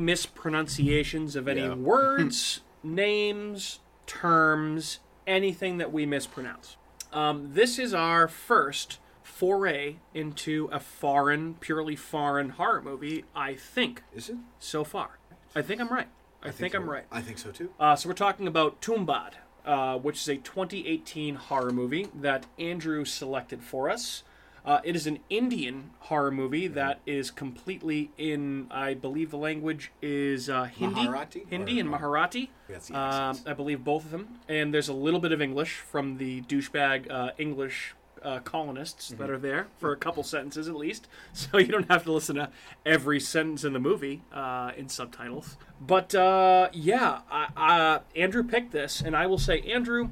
Speaker 1: mispronunciations of any
Speaker 3: Yeah.
Speaker 1: words, names, terms, anything that we mispronounce. Um, this is our first foray into a foreign, purely foreign horror movie. I think
Speaker 2: Is it?
Speaker 1: so far. I think I'm right. I, think I'm
Speaker 2: you're-
Speaker 1: right.
Speaker 2: I think so too.
Speaker 1: Uh, so we're talking about Tumbad, uh, which is a 2018 horror movie that Andrew selected for us. Uh, it is an Indian horror movie that is completely in, I believe the language is uh, Hindi,
Speaker 2: Marathi?
Speaker 1: Hindi and Marathi.
Speaker 2: That's the
Speaker 1: Um,
Speaker 2: accents.
Speaker 1: I believe both of them. And there's a little bit of English from the douchebag uh, English uh, colonists that are there for a couple sentences at least. So you don't have to listen to every sentence in the movie uh, in subtitles. But uh, yeah, I, I, Andrew picked this, and I will say, Andrew.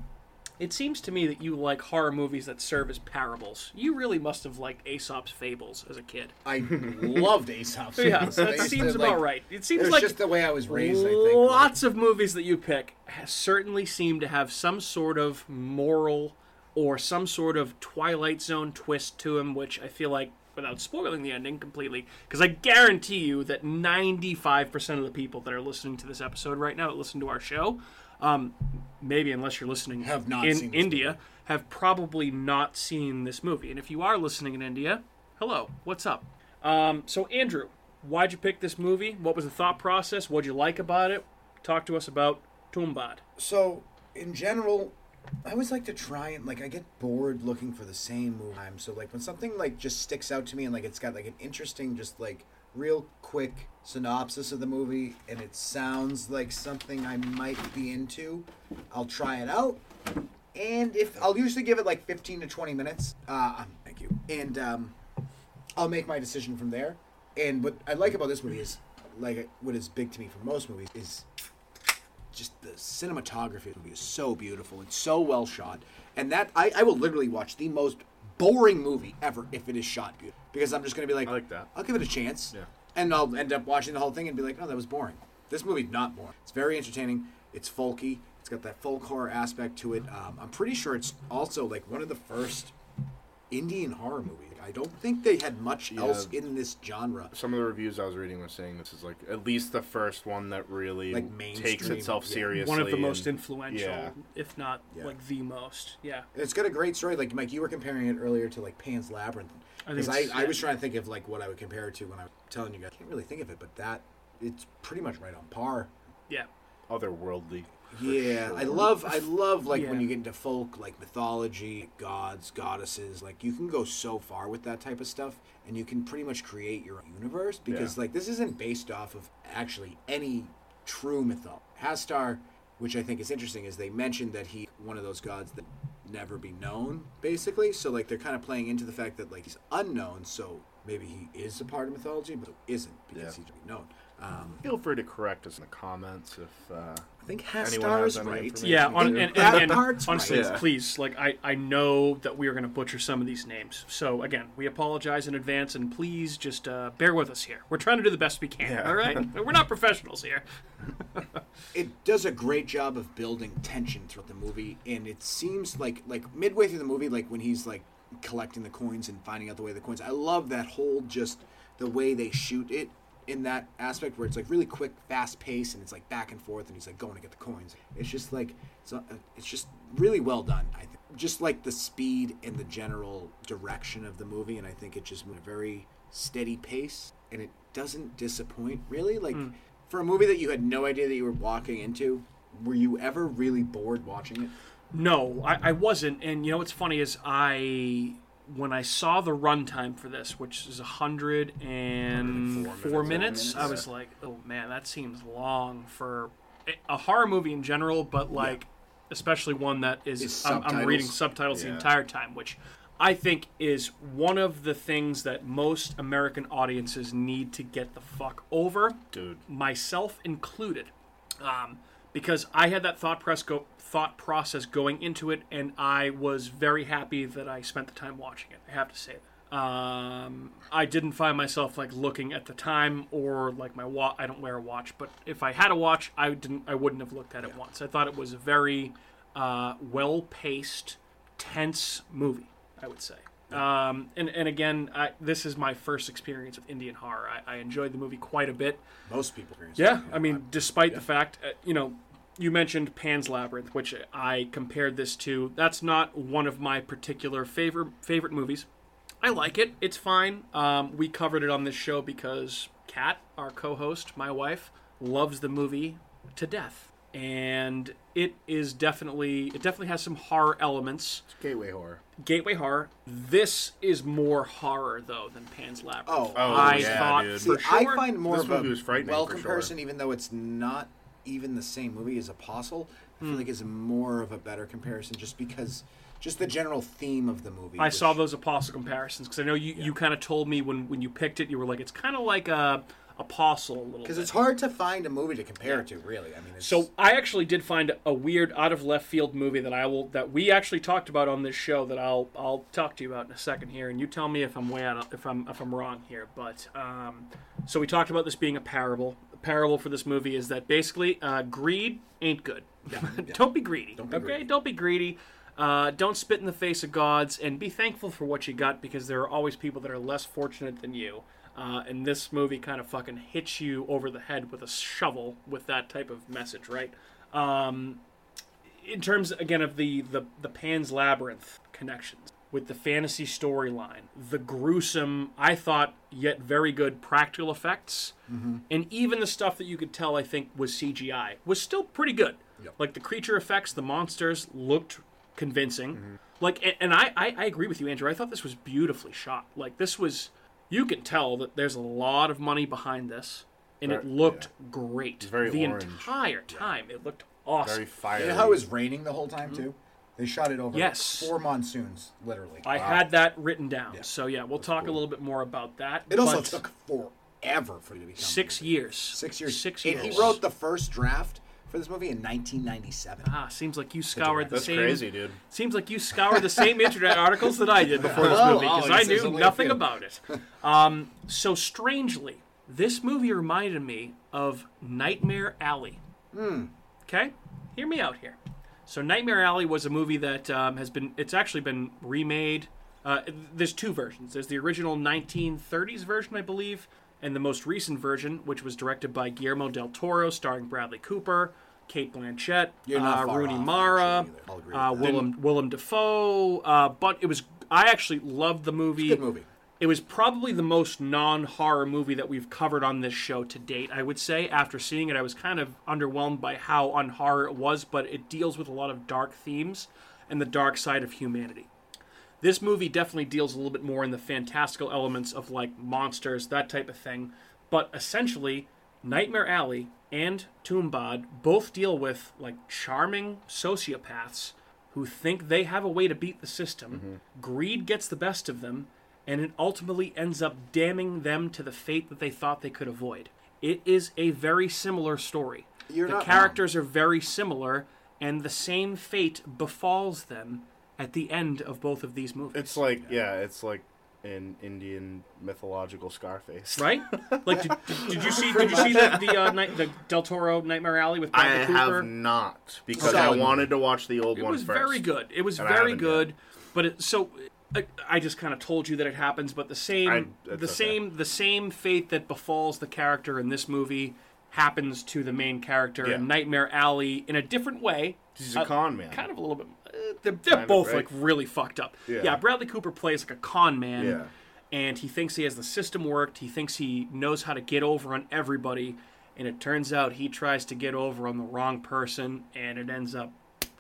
Speaker 1: It seems to me that you like horror movies that serve as parables. You really must have liked Aesop's Fables as a kid.
Speaker 2: I loved Aesop's.
Speaker 1: Yeah,
Speaker 2: Fables. I
Speaker 1: that
Speaker 2: used to,
Speaker 1: seems
Speaker 2: like-
Speaker 1: about right. It
Speaker 2: It
Speaker 1: seems
Speaker 2: was
Speaker 1: like
Speaker 2: just the way I was raised. I think. like-
Speaker 1: Lots of movies that you pick ha- certainly seem to have some sort of moral or some sort of Twilight Zone twist to them, which I feel like, without spoiling the ending completely, because I guarantee you that 95% of the people that are listening to this episode right now that listen to our show, um, maybe unless you're listening
Speaker 2: Have not
Speaker 1: in
Speaker 2: seen this
Speaker 1: India, have probably not seen this movie. And if you are listening in India, hello, what's up? Um, so, Andrew, why'd you pick this movie? What was the thought process? What'd you like about it? Talk to us about Tumbad.
Speaker 2: So in general, I always like to try and like I get bored looking for the same movie. Time. So like when something like just sticks out to me and like it's got like an interesting just like real quick synopsis of the movie and it sounds like something I might be into, I'll try it out. And if I'll usually give it like 15 to 20 minutes. Uh, um, thank you. And um, I'll make my decision from there. And what I like about this movie is like what is big to me for most movies is just the cinematography of the movie is so beautiful. It's so well shot. And that I, I will literally watch the most boring movie ever if it is shot beautiful. Because I'm just gonna be like,
Speaker 3: I like that.
Speaker 2: I'll give it a chance.
Speaker 3: Yeah.
Speaker 2: And I'll end up watching the whole thing and be like, no, that was boring. This movie's not boring. It's very entertaining. It's folky. It's got that folk horror aspect to it. Um, I'm pretty sure it's also like one of the first Indian horror movies. I don't think they had much else in this genre.
Speaker 3: Some of the reviews I was reading was saying this is like at least the first one that really
Speaker 2: Like
Speaker 3: takes
Speaker 2: mainstream,
Speaker 3: itself
Speaker 2: yeah.
Speaker 3: seriously.
Speaker 1: One of the most
Speaker 3: and-
Speaker 1: influential,
Speaker 3: yeah.
Speaker 1: if not
Speaker 2: Yeah.
Speaker 1: like the most. Yeah.
Speaker 2: It's got a great story. Like Mike, you were comparing it earlier to like Pan's Labyrinth.
Speaker 1: think
Speaker 2: Because I,
Speaker 1: it's-
Speaker 2: I,
Speaker 1: yeah.
Speaker 2: was trying to think of like what I would compare it to when I was telling you guys. I can't really think of it, but that it's pretty much right on par.
Speaker 1: Yeah.
Speaker 3: otherworldly. for
Speaker 2: Yeah, I
Speaker 3: sure.
Speaker 2: love I love like when
Speaker 1: Yeah.
Speaker 2: you get into folk like mythology, gods, goddesses, like you can go so far with that type of stuff and you can pretty much create your own universe because
Speaker 3: Yeah.
Speaker 2: like this isn't based off of actually any true mythology. Hastar, which I think is interesting is they mentioned that he one of those gods that never be known basically. So like they're kind of playing into the fact that like he's unknown, so maybe he is a part of mythology but isn't because
Speaker 3: Yeah.
Speaker 2: he's known. Um,
Speaker 3: Feel free to correct us in the comments if uh,
Speaker 2: I think
Speaker 3: anyone
Speaker 2: Hastar
Speaker 3: has
Speaker 2: is
Speaker 3: any
Speaker 2: right.
Speaker 3: information.
Speaker 1: Yeah, on, and, and,
Speaker 2: That
Speaker 1: and
Speaker 2: part's
Speaker 1: honestly,
Speaker 3: right. Yeah.
Speaker 1: please, like I, I know that we are going to butcher some of these names. So again, we apologize in advance, and please just uh, bear with us here. We're trying to do the best we can.
Speaker 3: Yeah.
Speaker 1: All right, we're not professionals here.
Speaker 2: it does a great job of building tension throughout the movie and it seems like like midway through the movie like when he's like collecting the coins and finding out the way the coins i love that whole just the way they shoot it in that aspect where it's like really quick fast pace and it's like back and forth and he's like going to get the coins it's just like it's, uh, it's just really well done i think just like the speed and the general direction of the movie and i think it just moved at a very steady pace and it doesn't disappoint really like for a movie that you had no idea that you were walking into were you ever really bored watching it
Speaker 1: No, I, I wasn't. And you know what's funny is I when I saw the runtime for this, which is a hundred and four minutes,
Speaker 3: minutes.
Speaker 1: I was like, oh man, that seems long for a- a horror movie in general, but like especially one that is
Speaker 2: It's
Speaker 1: I'm, I'm reading
Speaker 2: subtitles.
Speaker 1: subtitles the
Speaker 3: Yeah.
Speaker 1: entire time, which I think is one of the things that most American audiences need to get the fuck over
Speaker 3: dude,
Speaker 1: myself included, um, because I had that thought press go, thought process going into it, and I was very happy that I spent the time watching it. I have to say that. Um, I didn't find myself like looking at the time or like my watch. I don't wear a watch, but if I had a watch, I didn't. I wouldn't have looked at it once. I thought it was a very uh, well paced, tense movie. I would say. Um, and, and again, I, this is my first experience with Indian horror. I, I enjoyed the movie quite a bit.
Speaker 2: most people experience
Speaker 1: Yeah,
Speaker 2: it.
Speaker 1: I mean, despite the fact, uh, you know, you mentioned Pan's Labyrinth, which I compared this to. That's not one of my particular favorite favorite movies. I like it; it's fine. Um, we covered it on this show because Kat, our co-host, my wife, loves the movie to death, and it is definitely it definitely has some horror elements.
Speaker 3: it's gateway horror.
Speaker 1: Gateway horror. This is more horror though than Pan's Labyrinth.
Speaker 2: Oh, Oh,
Speaker 1: I
Speaker 3: yeah,
Speaker 1: thought
Speaker 3: dude.
Speaker 1: for
Speaker 2: See,
Speaker 1: sure.
Speaker 2: I find more
Speaker 3: This
Speaker 2: of a
Speaker 3: movie was frightening
Speaker 2: well
Speaker 3: for sure.
Speaker 2: comparison, even though it's not even the same movie as Apostle. I feel like it's more of a better comparison, just because, just the general theme of the movie.
Speaker 1: I
Speaker 2: which-
Speaker 1: saw those apostle comparisons because I know you, you kind of told me when, when you picked it, you were like, it's kind of like a apostle a little bit.
Speaker 2: because it's hard to find a movie to compare it to. Really, I mean, it's,
Speaker 1: so I actually did find a weird out of left field movie that I will that we actually talked about on this show that I'll I'll talk to you about in a second here, and you tell me if I'm way out of- if I'm if I'm wrong here. But um, so we talked about this being a parable. The parable for this movie is that basically uh, greed ain't good. don't be greedy.
Speaker 2: be
Speaker 1: okay,
Speaker 2: greedy.
Speaker 1: don't be greedy. Uh, don't spit in the face of gods, and be thankful for what you got because there are always people that are less fortunate than you. Uh, and this movie kind of fucking hits you over the head with a shovel with that type of message, right? Um, in terms again of the, the the Pan's Labyrinth connections with the fantasy storyline, the gruesome, I thought yet very good
Speaker 3: Mm-hmm.
Speaker 1: practical effects, and even the stuff that you could tell I think was CGI was still pretty good.
Speaker 2: Yep.
Speaker 1: Like the creature effects, the monsters looked convincing.
Speaker 3: Mm-hmm.
Speaker 1: Like, and, and I, I, I agree with you, Andrew. I thought this was beautifully shot. Like, this was, you can tell that there's a lot of money behind this, and it
Speaker 3: Ver-
Speaker 1: looked great.
Speaker 3: very
Speaker 1: the
Speaker 3: orange.
Speaker 1: entire time, it looked awesome.
Speaker 3: Very fiery.
Speaker 2: You know how it was raining the whole time too? They shot it over
Speaker 1: Mm-hmm. Yes.
Speaker 2: four monsoons, literally.
Speaker 1: I had that written down.
Speaker 2: Yeah.
Speaker 1: So yeah, we'll talk a little bit more about that.
Speaker 2: it also
Speaker 1: but
Speaker 2: took forever for you to become
Speaker 1: six years.
Speaker 2: Six years.
Speaker 1: Six
Speaker 2: And
Speaker 1: years.
Speaker 2: he wrote the first draft for this movie in 1997.
Speaker 1: Ah, seems like you scoured the
Speaker 3: That's
Speaker 1: same.
Speaker 3: crazy, dude.
Speaker 1: Seems like you scoured the same internet articles that I did before this
Speaker 2: Oh,
Speaker 1: movie because
Speaker 2: oh,
Speaker 1: I
Speaker 2: this is
Speaker 1: knew
Speaker 2: only a
Speaker 1: nothing
Speaker 2: few.
Speaker 1: about it. Um, so strangely, this movie reminded me of Nightmare Alley.
Speaker 2: Hmm.
Speaker 1: Okay, hear me out here. So Nightmare Alley was a movie that um, has been. It's actually been remade. Uh, there's two versions. There's the original 1930s version, I believe, and the most recent version, which was directed by Guillermo del Toro, starring Bradley Cooper, Kate Blanchett,
Speaker 2: You're not
Speaker 1: uh,
Speaker 2: far
Speaker 1: Rooney
Speaker 2: off,
Speaker 1: Mara,
Speaker 2: actually, either. I'll agree with
Speaker 1: uh,
Speaker 2: that.
Speaker 1: Willem Willem Dafoe. Uh, but it was. I actually loved the movie.
Speaker 2: Good movie.
Speaker 1: It was probably the most non horror movie that we've covered on this show to date, I would say. After seeing it, I was kind of underwhelmed by how on horror it was, but it deals with a lot of dark themes and the dark side of humanity. This movie definitely deals a little bit more in the fantastical elements of like monsters, that type of thing. But essentially, Nightmare Alley and Tombad both deal with like charming sociopaths who think they have a way to beat the system. Greed gets the best of them, and it ultimately ends up damning them to the fate that they thought they could avoid. It is a very similar story.
Speaker 2: You're
Speaker 1: the
Speaker 2: not wrong.
Speaker 1: characters are very similar, and the same fate befalls them at the end of both of these movies.
Speaker 3: It's like yeah, it's like an Indian mythological Scarface.
Speaker 1: right? Like, did, did, did you see? Did you see the the, uh, night, the Del Toro Nightmare Alley with
Speaker 3: I
Speaker 1: Bradley Cooper?
Speaker 3: have not because
Speaker 2: Solid
Speaker 3: I wanted to watch the old
Speaker 1: it
Speaker 3: one
Speaker 1: was
Speaker 3: first.
Speaker 1: very good. It was
Speaker 3: And I
Speaker 1: very
Speaker 3: haven't
Speaker 1: good, but it, so I, I just kind of told you that it happens. But the same,
Speaker 3: I-
Speaker 1: the
Speaker 3: that's okay.
Speaker 1: same, the same fate that befalls the character in this movie happens to the main character
Speaker 3: Yeah.
Speaker 1: in Nightmare Alley in a different way. Uh,
Speaker 3: He's a con man.
Speaker 1: kind of a little bit. Uh, they're they're
Speaker 3: of,
Speaker 1: both
Speaker 3: right?
Speaker 1: like really fucked up. Yeah.
Speaker 3: Yeah.
Speaker 1: Bradley Cooper plays like a con man,
Speaker 3: Yeah.
Speaker 1: and he thinks he has the system worked. He thinks he knows how to get over on everybody, and it turns out he tries to get over on the wrong person, and it ends up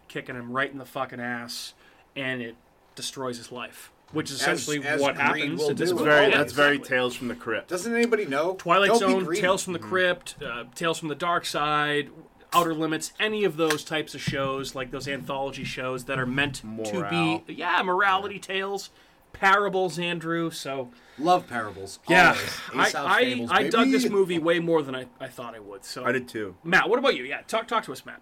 Speaker 1: kicking him right in the fucking ass, and it destroys his life. Which is essentially
Speaker 2: as
Speaker 1: what
Speaker 2: greed
Speaker 1: happens.
Speaker 2: will
Speaker 1: at this
Speaker 2: do.
Speaker 3: It's
Speaker 1: point.
Speaker 3: very
Speaker 1: Yeah,
Speaker 3: that's very
Speaker 1: exactly.
Speaker 3: Tales from the Crypt.
Speaker 2: Doesn't anybody know?
Speaker 1: Twilight
Speaker 2: Don't be
Speaker 1: Zone,
Speaker 2: greedy.
Speaker 1: Tales from the
Speaker 3: Mm-hmm.
Speaker 1: Crypt, uh, Tales from the Dark Side, Outer Limits, any of those types of shows, like those anthology shows that are meant
Speaker 3: Morale.
Speaker 1: to be, yeah, morality tales, parables, Andrew. So
Speaker 2: Love parables.
Speaker 1: yeah, I,
Speaker 2: always. Aesop's
Speaker 1: I,
Speaker 2: fables,
Speaker 1: I dug
Speaker 2: baby.
Speaker 1: this movie way more than I, I thought I would. So
Speaker 3: I did too.
Speaker 1: Matt, what about you? Yeah, talk talk to us, Matt.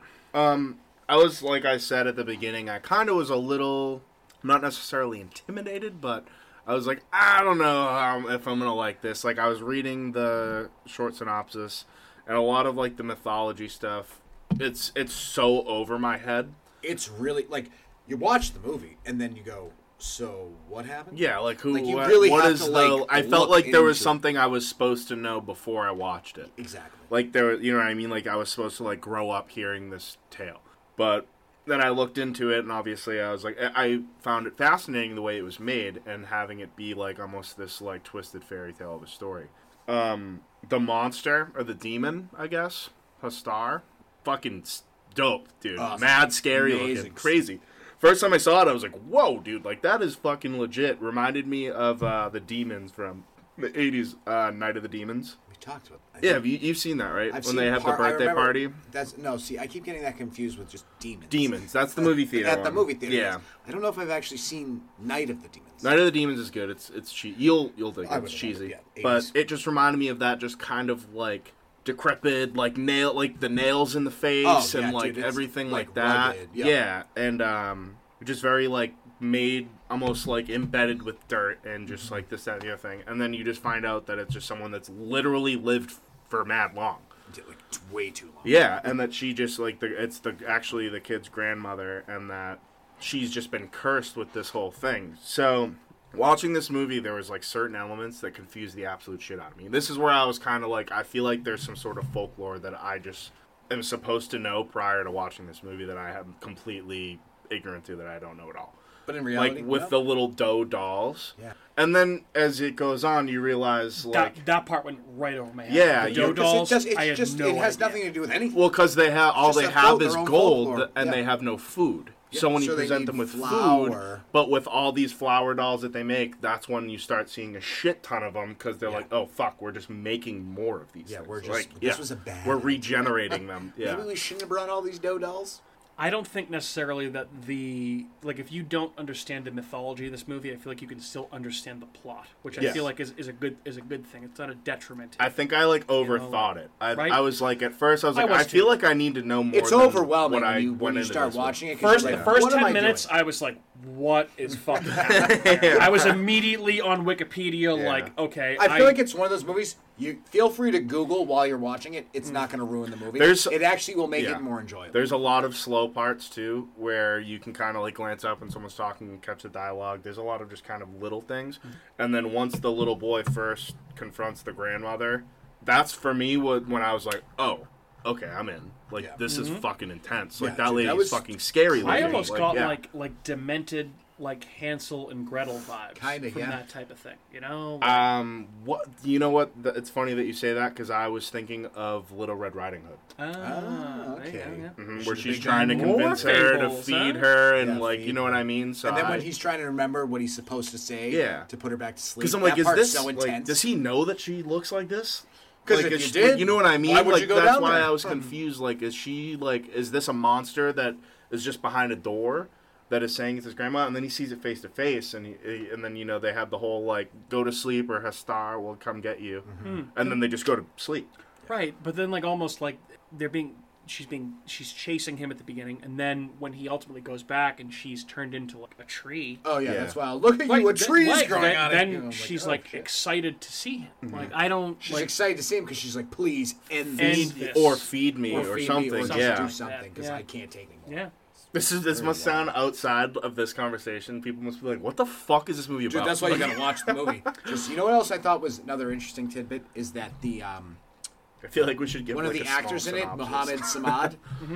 Speaker 3: I was like I said at the beginning, I kind of was a little not necessarily intimidated, but I was like, I don't know um, if I'm gonna like this. Like I was reading the short synopsis and a lot of like the mythology stuff. It's it's so over my head.
Speaker 2: It's really like you watch the movie and then you go, so what happened?
Speaker 3: Yeah, like who?
Speaker 2: Like, you
Speaker 3: what-
Speaker 2: really
Speaker 3: what
Speaker 2: have
Speaker 3: is
Speaker 2: to,
Speaker 3: the?
Speaker 2: like,
Speaker 3: I felt
Speaker 2: look
Speaker 3: like there was
Speaker 2: into it.
Speaker 3: something I was supposed to know before I watched it.
Speaker 2: Exactly.
Speaker 3: Like there, you know what I mean? Like I was supposed to like grow up hearing this tale, but then I looked into it, and obviously I was like, I I found it fascinating the way it was made, and having it be like almost this like twisted fairy tale of a story. Um, the monster or the demon, I guess, Hastar, fucking s- dope, dude.
Speaker 2: Awesome.
Speaker 3: Mad, scary,
Speaker 2: Amazing.
Speaker 3: looking, crazy. First time I saw it, I was like, "Whoa, dude! Like that is fucking legit." Reminded me of uh, the demons from the '80s, uh, Night of the Demons.
Speaker 2: we talked about. I
Speaker 3: Yeah,
Speaker 2: think.
Speaker 3: have you, you've seen that, right?
Speaker 2: I've
Speaker 3: when
Speaker 2: seen
Speaker 3: they have
Speaker 2: par-
Speaker 3: the
Speaker 2: I
Speaker 3: birthday
Speaker 2: remember-
Speaker 3: party.
Speaker 2: That's no. See, I keep getting that confused with just demons.
Speaker 3: Demons. That's the movie theater.
Speaker 2: At the
Speaker 3: one.
Speaker 2: movie theater.
Speaker 3: Yeah.
Speaker 2: I don't know if I've actually seen Night of the Demons.
Speaker 3: Night of the Demons is good. It's it's che- you'll you'll dig
Speaker 2: I
Speaker 3: it.
Speaker 2: would
Speaker 3: It's
Speaker 2: have
Speaker 3: cheesy,
Speaker 2: liked it, yeah,
Speaker 3: but
Speaker 2: 80s.
Speaker 3: it just reminded me of that. Just kind of like decrepit, like nail, like the nails in the face,
Speaker 2: Oh, yeah,
Speaker 3: and
Speaker 2: dude,
Speaker 3: like
Speaker 2: it's
Speaker 3: everything
Speaker 2: like
Speaker 3: like, that.
Speaker 2: rugged, yeah.
Speaker 3: Yeah. and um, just very like made almost like embedded with dirt and just
Speaker 2: Mm-hmm.
Speaker 3: like this that and the other thing. And then you just find out that it's just someone that's literally lived for mad long.
Speaker 2: Like it's way too long.
Speaker 3: Yeah, and that she just like the it's the actually the kid's grandmother, and that she's just been cursed with this whole thing. So watching this movie, there was like certain elements that confused the absolute shit out of me. This is where I was kind of like, I feel like there's some sort of folklore that I just am supposed to know prior to watching this movie that I am completely ignorant to that I don't know at all.
Speaker 2: But in reality,
Speaker 3: like with
Speaker 2: no.
Speaker 3: the little dough dolls.
Speaker 2: Yeah.
Speaker 3: And then as it goes on, you realize like
Speaker 1: that, that part went right over my head.
Speaker 3: Yeah,
Speaker 1: the
Speaker 3: you-
Speaker 1: dough
Speaker 2: 'Cause
Speaker 1: dolls.
Speaker 2: It, just, it's
Speaker 1: I had
Speaker 2: just
Speaker 1: no
Speaker 2: it has
Speaker 1: idea.
Speaker 2: nothing to do with anything.
Speaker 3: Well, because they have all
Speaker 2: Just
Speaker 3: they
Speaker 2: a
Speaker 3: have
Speaker 2: fol-
Speaker 3: is
Speaker 2: their own
Speaker 3: gold,
Speaker 2: folklore,
Speaker 3: and
Speaker 2: yeah.
Speaker 3: they have no food.
Speaker 2: Yeah,
Speaker 3: So when you
Speaker 2: so they
Speaker 3: present
Speaker 2: need
Speaker 3: them with
Speaker 2: flour.
Speaker 3: food, but with all these flour dolls that they make, that's when you start seeing a shit ton of them because they're like, "Oh fuck, we're just making more of these."
Speaker 2: Yeah,
Speaker 3: things."
Speaker 2: we're just-
Speaker 3: Like,
Speaker 2: this
Speaker 3: yeah,
Speaker 2: was a bad
Speaker 3: We're
Speaker 2: idea.
Speaker 3: regenerating them. Yeah,
Speaker 2: Maybe we shouldn't have brought all these dough dolls.
Speaker 1: I don't think necessarily that the like if you don't understand the mythology of this movie, I feel like you can still understand the plot, which I
Speaker 3: Yes.
Speaker 1: feel like is, is a good is a good thing. It's not a detriment.
Speaker 3: I think I like overthought it. I,
Speaker 1: right?
Speaker 3: I was like, at first, I was
Speaker 1: I
Speaker 3: like, I,
Speaker 1: was
Speaker 3: feel
Speaker 1: too.
Speaker 3: like I need to know more.
Speaker 2: it's
Speaker 3: than
Speaker 2: overwhelming
Speaker 3: what I
Speaker 2: when you when
Speaker 3: went
Speaker 2: you
Speaker 3: into
Speaker 2: start
Speaker 3: this with.
Speaker 2: watching it. 'cause
Speaker 1: first
Speaker 2: you're
Speaker 1: the
Speaker 2: like,
Speaker 1: first
Speaker 2: "What am
Speaker 1: ten
Speaker 2: I doing?"
Speaker 1: minutes, I was like, "What is fucking?" happening? here?" I was immediately on Wikipedia,
Speaker 3: Yeah.
Speaker 1: like, "Okay."
Speaker 2: I feel like it's one of those movies. You feel free to Google while you're watching it. It's not going to ruin the movie.
Speaker 3: Mm. There's-
Speaker 2: it actually will make
Speaker 3: yeah.
Speaker 2: it more enjoyable.
Speaker 3: There's a lot of slow parts too, where you can kind of like glance up and someone's talking and catch the dialogue. There's a lot of just kind of little things, and then once the little boy first confronts the grandmother, that's for me what when I was like, oh, okay, I'm in. Like
Speaker 2: Yeah.
Speaker 3: this is fucking intense. Like
Speaker 2: Yeah,
Speaker 3: that
Speaker 2: dude,
Speaker 3: lady
Speaker 2: that
Speaker 3: is
Speaker 2: was
Speaker 3: fucking scary.
Speaker 1: Mm-hmm. I
Speaker 3: looking.
Speaker 1: almost got
Speaker 3: yeah.
Speaker 1: like like demented like Hansel and Gretel vibes
Speaker 2: Kinda,
Speaker 1: from
Speaker 2: yeah.
Speaker 1: that type of thing. You know,
Speaker 3: Um, what you know? What Th- it's funny that you say that because I was thinking of Little Red Riding Hood,
Speaker 1: Ah, there you go,
Speaker 2: okay.
Speaker 1: yeah.
Speaker 3: Mhm,
Speaker 2: She's
Speaker 3: where
Speaker 2: a
Speaker 3: she's
Speaker 2: big
Speaker 3: trying to
Speaker 1: animal.
Speaker 3: convince
Speaker 1: More
Speaker 3: her
Speaker 1: fables,
Speaker 3: to feed
Speaker 1: huh?
Speaker 3: her, and
Speaker 2: Yeah,
Speaker 3: like you
Speaker 2: feed
Speaker 3: know what I mean. So
Speaker 2: and then
Speaker 3: I,
Speaker 2: when he's trying to remember what he's supposed to say,
Speaker 3: Yeah.
Speaker 2: to put her back to sleep.
Speaker 3: Because I'm
Speaker 2: that
Speaker 3: like, is
Speaker 2: part's
Speaker 3: this
Speaker 2: so intense?
Speaker 3: like? Does he know that she looks like this?
Speaker 2: 'Cause
Speaker 3: Like,
Speaker 2: if
Speaker 3: is
Speaker 2: you
Speaker 3: she-
Speaker 2: did,
Speaker 3: you know what I mean.
Speaker 2: why would
Speaker 3: like
Speaker 2: you go
Speaker 3: that's
Speaker 2: down
Speaker 3: why
Speaker 2: there? Hmm.
Speaker 3: I was confused. Like, is she like? Is this a monster that is just behind a door that is saying it's his grandma? And then he sees it face to face, and he, he- and then you know they have the whole like go to sleep or Hastar will come get you,
Speaker 2: Hmm.
Speaker 3: and then they just go to sleep.
Speaker 1: Right, but then like almost like they're being she's being she's chasing him at the beginning, and then when he ultimately goes back and she's turned into like a tree.
Speaker 2: Oh yeah,
Speaker 3: Yeah.
Speaker 2: that's wild. Look at
Speaker 1: Right,
Speaker 2: you, a
Speaker 1: th-
Speaker 2: tree's
Speaker 1: right,
Speaker 2: growing
Speaker 1: then,
Speaker 2: out of
Speaker 1: Then
Speaker 2: you. I'm
Speaker 1: she's
Speaker 2: oh,
Speaker 1: like
Speaker 2: shit. Mm-hmm.
Speaker 1: excited to see him. Like I don't
Speaker 2: she's
Speaker 1: like
Speaker 2: excited to see him because she's like, please end
Speaker 1: End
Speaker 2: this,
Speaker 1: this.
Speaker 3: Or feed me
Speaker 2: Or feed
Speaker 3: or,
Speaker 2: me,
Speaker 3: something.
Speaker 2: or just
Speaker 3: yeah.
Speaker 2: do something because
Speaker 1: Yeah.
Speaker 2: I can't take anymore.
Speaker 1: yeah.
Speaker 3: This is this must sound outside of this conversation. People must be like, "What the fuck is this movie about?"
Speaker 2: Dude, that's why you gotta watch the movie. Just you know what else I thought was another interesting tidbit is that the um,
Speaker 3: I feel like we should give
Speaker 2: one of
Speaker 3: like,
Speaker 2: the
Speaker 3: a small
Speaker 2: actors in it,
Speaker 3: synopsis.
Speaker 2: Mohammed Samad,
Speaker 1: Mm-hmm.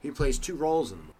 Speaker 2: he plays two roles in the movie.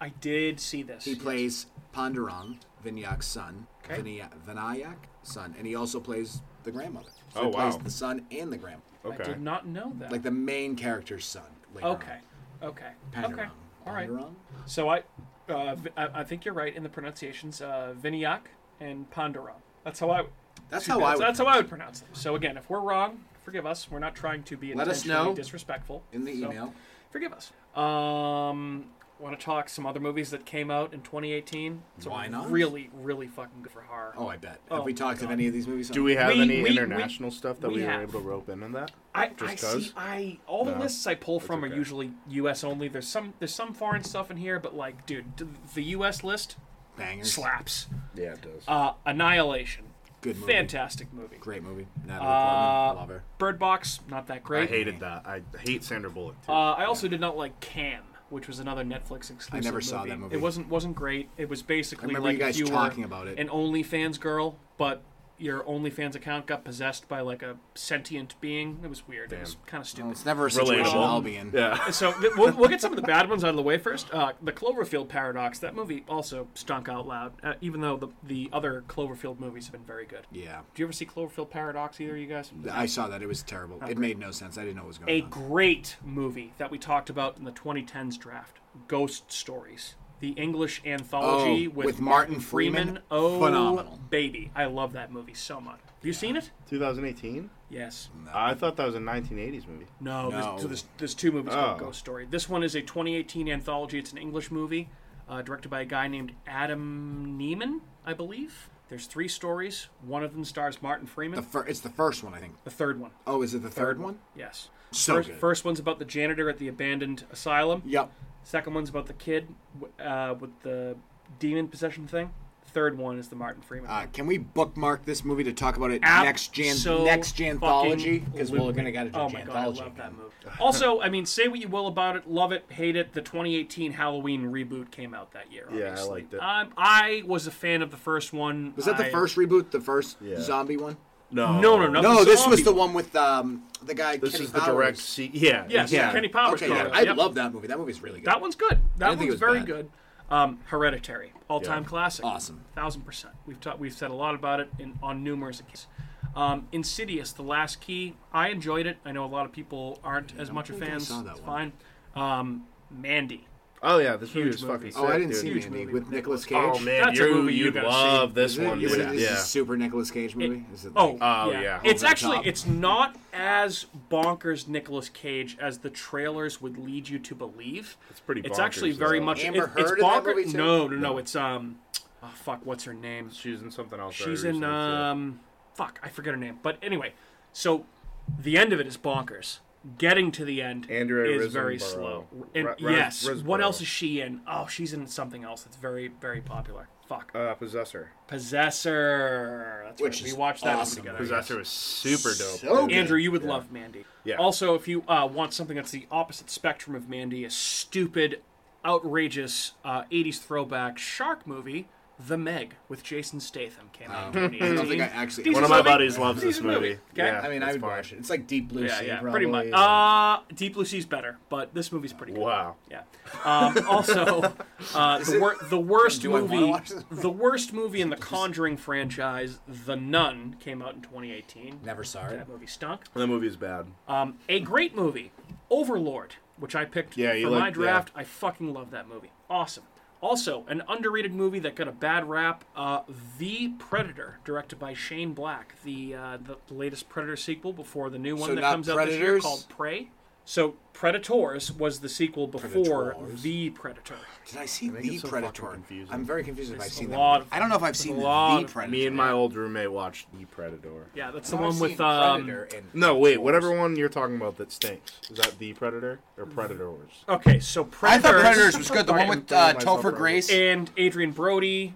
Speaker 1: I did see this.
Speaker 2: He plays Pandurang, Vinayak's son,
Speaker 1: Okay.
Speaker 2: Vinay- Vinayak son, and he also plays the grandmother. So
Speaker 3: Oh,
Speaker 2: he plays
Speaker 3: wow.
Speaker 2: the son and the grandmother,
Speaker 1: I did not know that.
Speaker 2: like the main character's son. Later
Speaker 1: okay, okay,
Speaker 2: on. Pandurang.
Speaker 1: okay. All right.
Speaker 2: Pandurang?
Speaker 1: So I, uh, Vi- I, I think you're right in the pronunciations. Uh, Vinayak and Pandora. That's how I.
Speaker 2: That's how I
Speaker 1: That's,
Speaker 2: would.
Speaker 1: that's how I would pronounce them. So again, if we're wrong, forgive us. We're not trying to be
Speaker 2: Let us
Speaker 1: intentionally
Speaker 2: know
Speaker 1: disrespectful
Speaker 2: in the
Speaker 1: So,
Speaker 2: email.
Speaker 1: forgive us. Um, want to talk some other movies that came out in 2018? It's
Speaker 2: Why not?
Speaker 1: Really, really fucking good for horror.
Speaker 2: Oh, I bet.
Speaker 1: Oh
Speaker 2: Have we
Speaker 1: my
Speaker 2: talked of
Speaker 1: God.
Speaker 2: any of these movies?
Speaker 3: Do we have
Speaker 1: We-
Speaker 3: any
Speaker 1: we-
Speaker 3: international stuff that
Speaker 1: we
Speaker 3: we, were
Speaker 1: have.
Speaker 3: able to rope into that?
Speaker 1: I,
Speaker 3: Just
Speaker 1: I
Speaker 3: 'cause?
Speaker 1: see. I all the
Speaker 3: No,
Speaker 1: lists I pull from are
Speaker 3: okay.
Speaker 1: usually U.S. only. There's some there's some foreign stuff in here, but like, dude, d- the U.S. list
Speaker 2: bangers?
Speaker 1: slaps.
Speaker 3: Yeah, it does.
Speaker 1: Uh, Annihilation,
Speaker 2: Good movie.
Speaker 1: fantastic movie.
Speaker 2: Great movie. Natalie
Speaker 1: Uh,
Speaker 2: Portman. Love her.
Speaker 1: Bird Box, not that
Speaker 3: I
Speaker 1: great.
Speaker 3: hated that. I hate Sandra Bullock too.
Speaker 1: Uh, I also did not like Cam, which was another Netflix exclusive.
Speaker 2: I never saw that movie.
Speaker 1: It wasn't wasn't great. It was
Speaker 2: I
Speaker 1: basically
Speaker 2: remember
Speaker 1: like
Speaker 2: you guys
Speaker 1: if you
Speaker 2: talking
Speaker 1: were
Speaker 2: about it.
Speaker 1: an OnlyFans girl, but your OnlyFans account got possessed by like a sentient being. It was weird. It was
Speaker 2: Oh.
Speaker 1: kind of stupid.
Speaker 2: It's never a situation
Speaker 3: Relatable.
Speaker 2: I'll be in.
Speaker 3: yeah.
Speaker 1: so th- we'll, we'll get some of the bad ones out of the way first. Uh, the Cloverfield paradox. That movie also stunk out loud, uh, even though the the other Cloverfield movies have been very good. Do
Speaker 2: Yeah.
Speaker 1: you ever see Cloverfield paradox? Either of you guys?
Speaker 2: I saw that. It was terrible. It made no sense. I didn't know what was going
Speaker 1: a
Speaker 2: on.
Speaker 1: great movie that we talked about in the 2010s draft ghost stories the english anthology
Speaker 2: Oh,
Speaker 1: with,
Speaker 2: with Martin Freeman.
Speaker 1: oh
Speaker 2: Phenomenal.
Speaker 1: baby i love that movie so much have you seen it
Speaker 3: 2018.
Speaker 1: yes
Speaker 3: I thought that was a 1980s movie.
Speaker 1: no,
Speaker 2: No.
Speaker 1: There's, so there's, there's two movies called
Speaker 3: Oh.
Speaker 1: ghost story this one is a 2018 anthology it's an english movie uh, directed by a guy named adam neiman i believe there's three stories one of them stars martin freeman
Speaker 2: The fir- it's the first one, I think.
Speaker 1: the third one
Speaker 2: Oh, is it the third, one?
Speaker 1: yes
Speaker 2: So
Speaker 1: first,
Speaker 2: good.
Speaker 1: first one's about the janitor at the abandoned asylum
Speaker 2: Yep.
Speaker 1: Second one's about the kid w- uh, with the demon possession thing. Third one is the Martin Freeman.
Speaker 2: Uh, can we bookmark this movie to talk about it next gen
Speaker 1: Abso-
Speaker 2: next janthology? Because we're
Speaker 1: fucking-
Speaker 2: gonna gotta do
Speaker 1: Oh my god, I
Speaker 2: janthology.
Speaker 1: love that movie. also, I mean, say what you will about it, love it, hate it. The 2018 Halloween reboot came out that year.
Speaker 3: Yeah, I
Speaker 1: obviously.
Speaker 3: liked it.
Speaker 1: Um, I was a fan of the first one.
Speaker 2: Was that the
Speaker 1: I-
Speaker 2: first reboot? The first
Speaker 3: Yeah.
Speaker 2: zombie one?
Speaker 3: No,
Speaker 1: No, no, no.
Speaker 2: No,
Speaker 1: the
Speaker 2: this
Speaker 1: zombie
Speaker 2: was the one with um, the guy.
Speaker 3: This
Speaker 2: Kenny
Speaker 3: is the
Speaker 2: Powers.
Speaker 3: direct. Se- yeah,
Speaker 1: Yes,
Speaker 3: yeah.
Speaker 1: Kenny Powers.
Speaker 2: Okay,
Speaker 1: called
Speaker 2: yeah.
Speaker 1: it.
Speaker 2: I
Speaker 1: Yep.
Speaker 2: love that movie. That movie's really good.
Speaker 1: That one's good. That
Speaker 2: didn't think
Speaker 1: one's
Speaker 2: it was
Speaker 1: very
Speaker 2: bad.
Speaker 1: good. Um, Hereditary, all-time
Speaker 3: Yeah.
Speaker 1: classic.
Speaker 2: Awesome.
Speaker 1: thousand percent. We've ta- we've said a lot about it in, on numerous occasions. Um, Insidious, The Last Key. I enjoyed it. I know a lot of people aren't as
Speaker 2: I
Speaker 1: much of
Speaker 2: think I
Speaker 1: fans.
Speaker 2: saw that
Speaker 1: it's
Speaker 2: one.
Speaker 1: fine. Um, Mandy.
Speaker 3: Oh yeah, this movie
Speaker 1: Huge
Speaker 3: is
Speaker 1: movie.
Speaker 3: fucking.
Speaker 2: Oh, I
Speaker 3: sick,
Speaker 2: didn't
Speaker 3: dude.
Speaker 2: see
Speaker 1: Huge
Speaker 2: Mandy
Speaker 1: movie.
Speaker 2: with Nicolas Cage.
Speaker 3: Oh man,
Speaker 1: That's a
Speaker 3: you
Speaker 1: movie you
Speaker 3: you'd
Speaker 1: gotta
Speaker 3: love this
Speaker 2: Is it?
Speaker 3: one.
Speaker 2: Is it-
Speaker 3: dude.
Speaker 2: is this a
Speaker 3: Yeah.
Speaker 2: super Nicolas Cage movie? Is it?
Speaker 1: Oh,
Speaker 2: like-
Speaker 3: Oh, yeah.
Speaker 1: It's
Speaker 2: Over the
Speaker 1: actually
Speaker 2: top.
Speaker 1: it's not as bonkers Nicolas Cage as the trailers would lead you to believe.
Speaker 3: It's pretty
Speaker 1: It's
Speaker 3: bonkers,
Speaker 1: actually very
Speaker 3: though.
Speaker 1: much
Speaker 2: Amber
Speaker 1: it- it's
Speaker 2: Heard in that
Speaker 1: bonker-
Speaker 2: movie, too?
Speaker 1: No, no, no. It's um, oh, fuck, what's her name?
Speaker 3: She's in something else.
Speaker 1: She's
Speaker 3: very
Speaker 1: in
Speaker 3: recently, too.
Speaker 2: uh,
Speaker 1: um fuck, I forget her name. But anyway, so the end of it is bonkers. Getting to the end
Speaker 3: Andrea
Speaker 1: is
Speaker 3: Riseborough.
Speaker 1: very slow. And
Speaker 3: Ri- Ri-
Speaker 1: yes, what
Speaker 3: Riseborough.
Speaker 1: else is she in? Oh, she's in something else that's very very popular. Fuck.
Speaker 3: uh, Possessor.
Speaker 1: Possessor. That's
Speaker 2: Which
Speaker 1: right. We
Speaker 2: is
Speaker 1: watched that
Speaker 2: awesome.
Speaker 1: one together.
Speaker 3: Possessor was super dope.
Speaker 2: So
Speaker 3: dude.
Speaker 2: good.
Speaker 1: Andrew, you would love Mandy.
Speaker 3: Yeah.
Speaker 1: Also, if you uh, want something that's the opposite spectrum of Mandy, a stupid, outrageous uh, 80s throwback shark movie, The Meg with Jason Statham came out
Speaker 3: Oh.
Speaker 1: in
Speaker 2: I
Speaker 1: 2018.
Speaker 2: don't think I actually.
Speaker 1: Decent
Speaker 3: One of my
Speaker 1: movie.
Speaker 3: buddies loves this
Speaker 1: Decent
Speaker 3: movie.
Speaker 1: movie. Okay.
Speaker 3: Yeah,
Speaker 2: I mean, I
Speaker 3: it's
Speaker 2: would
Speaker 3: fine.
Speaker 2: watch it. It's like Deep Blue
Speaker 1: Yeah,
Speaker 2: Sea,
Speaker 1: yeah,
Speaker 2: probably.
Speaker 1: pretty much. Uh, Deep Blue Sea's better, but this movie's pretty good.
Speaker 3: Wow.
Speaker 1: Yeah. Um, also, uh, the, wor- the worst
Speaker 2: Do I wanna
Speaker 1: movie,
Speaker 2: watch this?
Speaker 1: the worst movie in the Conjuring franchise, The Nun, came out in 2018.
Speaker 2: Never saw it.
Speaker 1: That movie stunk.
Speaker 3: That movie is bad.
Speaker 1: Um, a great movie, Overlord, which I picked
Speaker 3: Yeah, you
Speaker 1: for my
Speaker 3: liked-
Speaker 1: draft. I fucking love that movie. Awesome. Also, an underrated movie that got a bad rap, uh, The Predator, directed by Shane Black, the uh, the latest Predator sequel before the new one
Speaker 2: So
Speaker 1: that
Speaker 2: not
Speaker 1: comes out this year
Speaker 2: Predators?
Speaker 1: called Prey. So Predators was the sequel before
Speaker 2: Predators.
Speaker 1: The Predator.
Speaker 2: Did I see
Speaker 3: think
Speaker 2: the
Speaker 3: it's so
Speaker 2: Predator?
Speaker 3: fucking confusing.
Speaker 2: I'm very confused if I've
Speaker 1: a
Speaker 2: seen that.
Speaker 1: lot
Speaker 2: movie.
Speaker 1: of-
Speaker 2: I don't know if I've seen the
Speaker 1: lot of-
Speaker 2: Predator.
Speaker 3: Me and my old roommate watched The Predator.
Speaker 1: Yeah, that's
Speaker 2: I
Speaker 1: the
Speaker 2: know I've
Speaker 1: one with
Speaker 2: seen
Speaker 1: um,
Speaker 2: Predator and-
Speaker 3: No, wait. Whatever one you're talking about that stinks. Is that The Predator or Predators?
Speaker 1: Okay, so
Speaker 2: I
Speaker 1: Predators.
Speaker 2: thought Predators was good. The
Speaker 3: Sorry,
Speaker 2: one with
Speaker 3: I'm
Speaker 2: uh,
Speaker 3: throwing myself
Speaker 2: Topher
Speaker 3: out.
Speaker 2: Grace.
Speaker 1: and Adrian Brody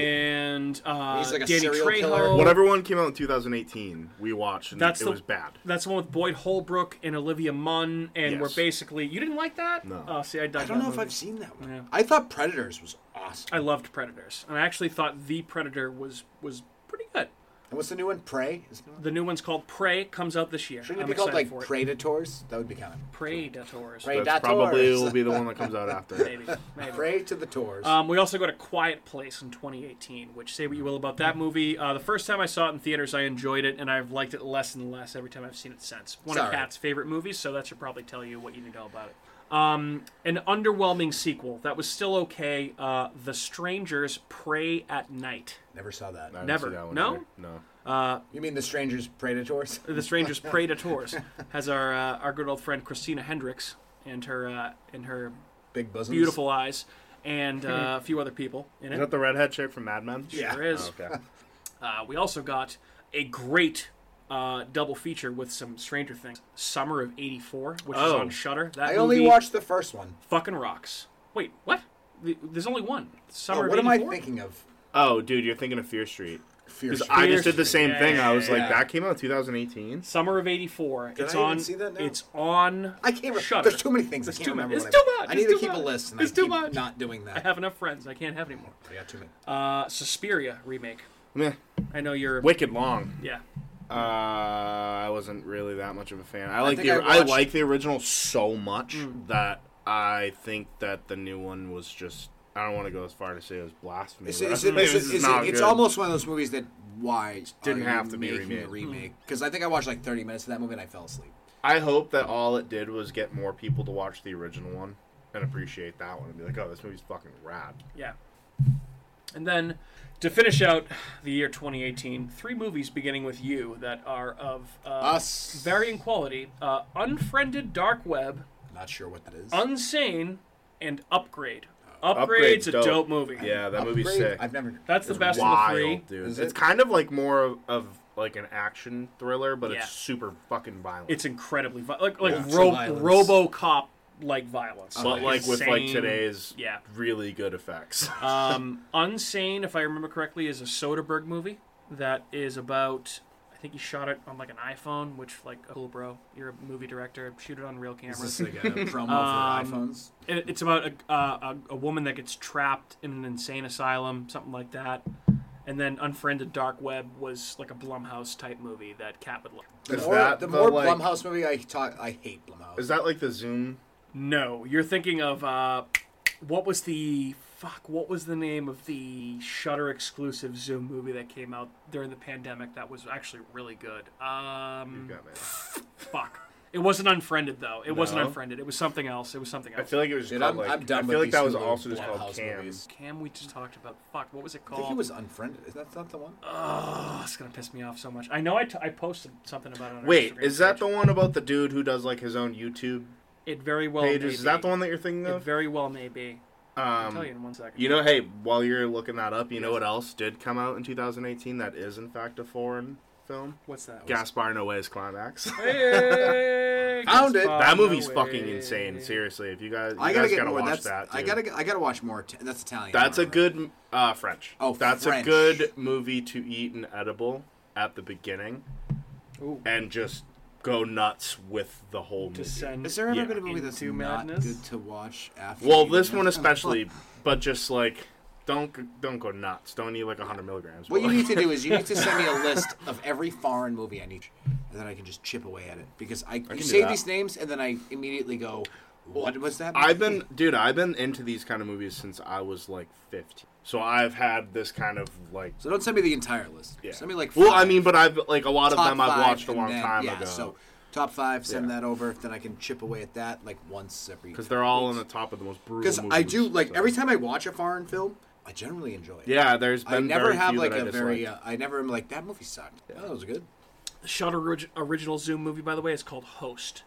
Speaker 1: and uh,
Speaker 2: He's like a
Speaker 1: Danny
Speaker 2: serial
Speaker 1: Trejo.
Speaker 2: killer.
Speaker 3: Whatever one came out in 2018, we watched and
Speaker 1: That's
Speaker 3: it
Speaker 1: the-
Speaker 3: was bad.
Speaker 1: That's the one with Boyd Holbrook and Olivia Munn, and
Speaker 3: Yes.
Speaker 1: we're basically you didn't like that.
Speaker 3: No.
Speaker 1: Oh, see, I dug
Speaker 2: I don't
Speaker 1: that
Speaker 2: know if
Speaker 1: movie.
Speaker 2: I've seen that one.
Speaker 1: Yeah.
Speaker 2: I thought Predators was awesome.
Speaker 1: I loved Predators, and I actually thought the Predator was was pretty good.
Speaker 2: And what's the new one? Prey. Is it new one?
Speaker 1: The new one's called Prey. Comes out this year.
Speaker 2: Shouldn't it
Speaker 1: I'm
Speaker 2: be called like
Speaker 1: excited for it.
Speaker 2: Predators? That would be kind of
Speaker 1: Predators.
Speaker 2: Prey- Predators.
Speaker 3: That's probably will be the one that comes out after.
Speaker 1: Maybe. Maybe.
Speaker 2: prey to the tours.
Speaker 1: Um, we also got a Quiet Place in 2018, which say what you will about that movie. Uh, the first time I saw it in theaters, I enjoyed it, and I've liked it less and less every time I've seen it since. One of
Speaker 2: Sorry.
Speaker 1: Kat's favorite movies, so that should probably tell you what you need to know about it. Um, an underwhelming sequel that was still okay. Uh, the Strangers Pray at Night.
Speaker 2: Never saw that.
Speaker 3: I didn't
Speaker 1: Never.
Speaker 3: see that one
Speaker 1: No?
Speaker 3: either. No.
Speaker 2: You mean the strangers Predators?
Speaker 1: The Strangers Pray to Tours has our uh, our good old friend Christina Hendricks and her uh, and her
Speaker 2: Big bosoms.
Speaker 1: beautiful eyes and uh, a few other people in it.
Speaker 3: Is that the redhead chick from Mad Men?
Speaker 2: Yeah.
Speaker 1: There is.
Speaker 3: Oh, okay.
Speaker 1: Uh, we also got a great uh, double feature with some Stranger Things, Summer of '84, which is
Speaker 3: Oh.
Speaker 1: on Shutter. That
Speaker 2: I only
Speaker 1: movie
Speaker 2: watched the first one.
Speaker 1: fucking rocks. Wait, what? The- There's only one.
Speaker 2: Oh,
Speaker 1: Summer
Speaker 2: what
Speaker 1: of
Speaker 2: am I
Speaker 1: '84.
Speaker 2: thinking of?
Speaker 3: Oh, dude, you're thinking of Fear Street.
Speaker 2: Fear
Speaker 3: Because
Speaker 2: Street.
Speaker 3: I
Speaker 1: Fear
Speaker 3: just did the
Speaker 1: Street.
Speaker 3: same thing. I was like,
Speaker 2: Yeah.
Speaker 3: that came out in 2018.
Speaker 1: Summer of '84. It's
Speaker 2: I even
Speaker 1: on.
Speaker 2: see that now?
Speaker 1: It's on.
Speaker 2: I can't remember.
Speaker 1: Shudder.
Speaker 2: There's too many things.
Speaker 1: There's
Speaker 2: I can't
Speaker 1: too much.
Speaker 2: remember.
Speaker 1: It's
Speaker 2: what
Speaker 1: too
Speaker 2: I-
Speaker 1: much.
Speaker 2: I need
Speaker 1: It's
Speaker 2: to
Speaker 1: too
Speaker 2: keep
Speaker 1: much.
Speaker 2: a list. And
Speaker 1: It's
Speaker 2: I
Speaker 1: too
Speaker 2: keep
Speaker 1: much.
Speaker 2: Not doing
Speaker 1: I
Speaker 2: that.
Speaker 1: have enough friends. I can't have any more.
Speaker 2: I got too many.
Speaker 1: Uh, Suspiria remake.
Speaker 3: Meh.
Speaker 1: I know you're.
Speaker 3: Wicked long.
Speaker 1: Yeah.
Speaker 3: Uh, I wasn't really that much of a fan. I like
Speaker 2: think
Speaker 3: the
Speaker 2: I
Speaker 3: I,
Speaker 2: watched- Mm.
Speaker 3: like the original so much that I think that the new one was just. I don't want to go as far to say it was blasphemy.
Speaker 2: It's,
Speaker 3: but I
Speaker 2: it's,
Speaker 3: think
Speaker 2: it's,
Speaker 3: it was
Speaker 2: it's,
Speaker 3: just not
Speaker 2: it's
Speaker 3: good.
Speaker 2: almost one of those movies that why
Speaker 3: Didn't
Speaker 2: are
Speaker 3: have
Speaker 2: you
Speaker 3: to be
Speaker 2: making a
Speaker 3: remade.
Speaker 2: remake because I think I watched like 30 minutes of that movie and I fell asleep.
Speaker 3: I hope that all it did was get more people to watch the original one and appreciate that one and be like, oh, this movie's fucking rad.
Speaker 1: Yeah. And then to finish out the year 2018, three movies beginning with you that are of uh,
Speaker 2: Us.
Speaker 1: varying quality uh, Unfriended Dark Web,
Speaker 2: Not sure what that is.
Speaker 1: Unsane, and Upgrade.
Speaker 3: Oh. Upgrade's
Speaker 1: Upgrade's a
Speaker 3: dope.
Speaker 1: dope, movie.
Speaker 3: Yeah, that
Speaker 2: Upgrade?
Speaker 3: movie's sick.
Speaker 2: I've never.
Speaker 1: That's the best of the three.
Speaker 3: Wild, dude.
Speaker 2: Is
Speaker 3: It's
Speaker 2: it?
Speaker 3: kind of like more of, of like an action thriller, but
Speaker 1: Yeah.
Speaker 3: it's super fucking violent.
Speaker 1: It's incredibly vi- like like
Speaker 2: Yeah.
Speaker 1: ro-
Speaker 2: Some violence.
Speaker 1: RoboCop like violence,
Speaker 3: but like with like
Speaker 1: Insane.
Speaker 3: today's
Speaker 1: Yeah.
Speaker 3: really good effects.
Speaker 1: Um, Unsane, if I remember correctly, is a Soderbergh movie that is about. I think he shot it on like an iPhone, which like cool bro, you're a movie director, shoot it on real
Speaker 2: Is
Speaker 1: cameras.
Speaker 2: this like a
Speaker 3: Um,
Speaker 2: promo for iPhones?
Speaker 1: It- It's about a, uh, a a woman that gets trapped in an insane asylum, something like that. And then Unfriended Dark Web was like a Blumhouse type movie that Cat would like.
Speaker 2: The
Speaker 3: Is
Speaker 2: more,
Speaker 3: that
Speaker 2: the
Speaker 3: the,
Speaker 2: more
Speaker 3: like-
Speaker 2: Blumhouse movie I talk, I hate Blumhouse.
Speaker 3: Is that like the Zoom?
Speaker 1: No, you're thinking of uh, what was the fuck, what was the name of the Shutter exclusive Zoom movie that came out during the pandemic that was actually really good?
Speaker 3: You
Speaker 1: Um,
Speaker 3: got me.
Speaker 1: fuck. It wasn't unfriended though. It wasn't
Speaker 3: No.
Speaker 1: unfriended. It was something else. It was something
Speaker 3: I
Speaker 1: else.
Speaker 3: feel like it was.
Speaker 2: Dude,
Speaker 3: called,
Speaker 2: I'm-
Speaker 3: like,
Speaker 2: I'm done
Speaker 3: I
Speaker 2: with
Speaker 3: feel like
Speaker 2: these
Speaker 3: that was
Speaker 2: Hulu
Speaker 3: also just
Speaker 2: Blumhouse
Speaker 3: called Cam.
Speaker 2: movies.
Speaker 1: Cam, we just talked about fuck. What was it
Speaker 2: I think
Speaker 1: called?
Speaker 2: he was unfriended. Is that not the one?
Speaker 1: Oh, it's gonna piss me off so much. I know I, t- I posted something about it. On our
Speaker 3: Wait,
Speaker 1: Instagram
Speaker 3: is that the
Speaker 1: page.
Speaker 3: one about the dude who does like his own YouTube
Speaker 1: It very well may
Speaker 3: pages? Is that
Speaker 1: be.
Speaker 3: the one that you're thinking
Speaker 1: It
Speaker 3: of?
Speaker 1: very well may be. I'll tell you
Speaker 3: Um,
Speaker 1: in one second.
Speaker 3: you know, hey, while you're looking that up, you know what else did come out in 2018 that is in fact a foreign film?
Speaker 1: What's that?
Speaker 3: Gaspar Noé's Climax.
Speaker 1: Hey,
Speaker 2: Found
Speaker 1: Gaspar
Speaker 2: it.
Speaker 3: that movie's
Speaker 1: Noé.
Speaker 3: fucking insane. Seriously, if you guys, you
Speaker 2: I gotta
Speaker 3: guys
Speaker 2: get
Speaker 3: gotta
Speaker 2: more.
Speaker 3: watch
Speaker 2: That's
Speaker 3: that. Dude.
Speaker 2: I gotta get- I gotta watch more. T- that's Italian.
Speaker 3: That's a
Speaker 2: remember.
Speaker 3: good uh, French.
Speaker 2: Oh,
Speaker 3: that's
Speaker 2: French.
Speaker 3: a good movie to eat an edible at the beginning
Speaker 1: Ooh.
Speaker 3: and just go nuts with the whole movie.
Speaker 1: Descend.
Speaker 2: Has there ever
Speaker 3: Yeah.
Speaker 2: been a movie that's
Speaker 1: Into
Speaker 2: not
Speaker 1: madness?
Speaker 2: good to watch after?
Speaker 3: Well,
Speaker 2: you
Speaker 3: this
Speaker 2: know?
Speaker 3: one especially, but just like don't g- don't go nuts. Don't eat like hundred milligrams.
Speaker 2: What
Speaker 3: but,
Speaker 2: you
Speaker 3: like,
Speaker 2: need to do is you need to send me a list of every foreign movie I need, and then I can just chip away at it because I,
Speaker 3: can
Speaker 2: you
Speaker 3: do
Speaker 2: say
Speaker 3: that.
Speaker 2: these names and then I immediately go, "What was that?"
Speaker 3: I've been, dude. I've been into these kind of movies since I was like fifteen. So I've had this kind of like.
Speaker 2: So don't send me the entire list.
Speaker 3: Yeah.
Speaker 2: Send me like.
Speaker 3: well, I
Speaker 2: five.
Speaker 3: mean, but I've like a lot of
Speaker 2: Top
Speaker 3: them I've
Speaker 2: five,
Speaker 3: watched a
Speaker 2: and
Speaker 3: long
Speaker 2: then-
Speaker 3: time
Speaker 2: yeah,
Speaker 3: ago.
Speaker 2: So top five, send
Speaker 3: Yeah.
Speaker 2: that over. Then I can chip away at that like once every.
Speaker 3: because they're all on the top of the most brutal.
Speaker 2: Because
Speaker 3: Because
Speaker 2: I do like every time I watch a foreign film, I generally enjoy it.
Speaker 3: Yeah, there's been
Speaker 2: I never
Speaker 3: very
Speaker 2: have
Speaker 3: few
Speaker 2: like
Speaker 3: that
Speaker 2: a
Speaker 3: I
Speaker 2: very.
Speaker 3: disliked.
Speaker 2: Uh, I never am like that movie sucked. Oh, that was good.
Speaker 1: The Shutter orig- original Zoom movie, by the way, is called Host.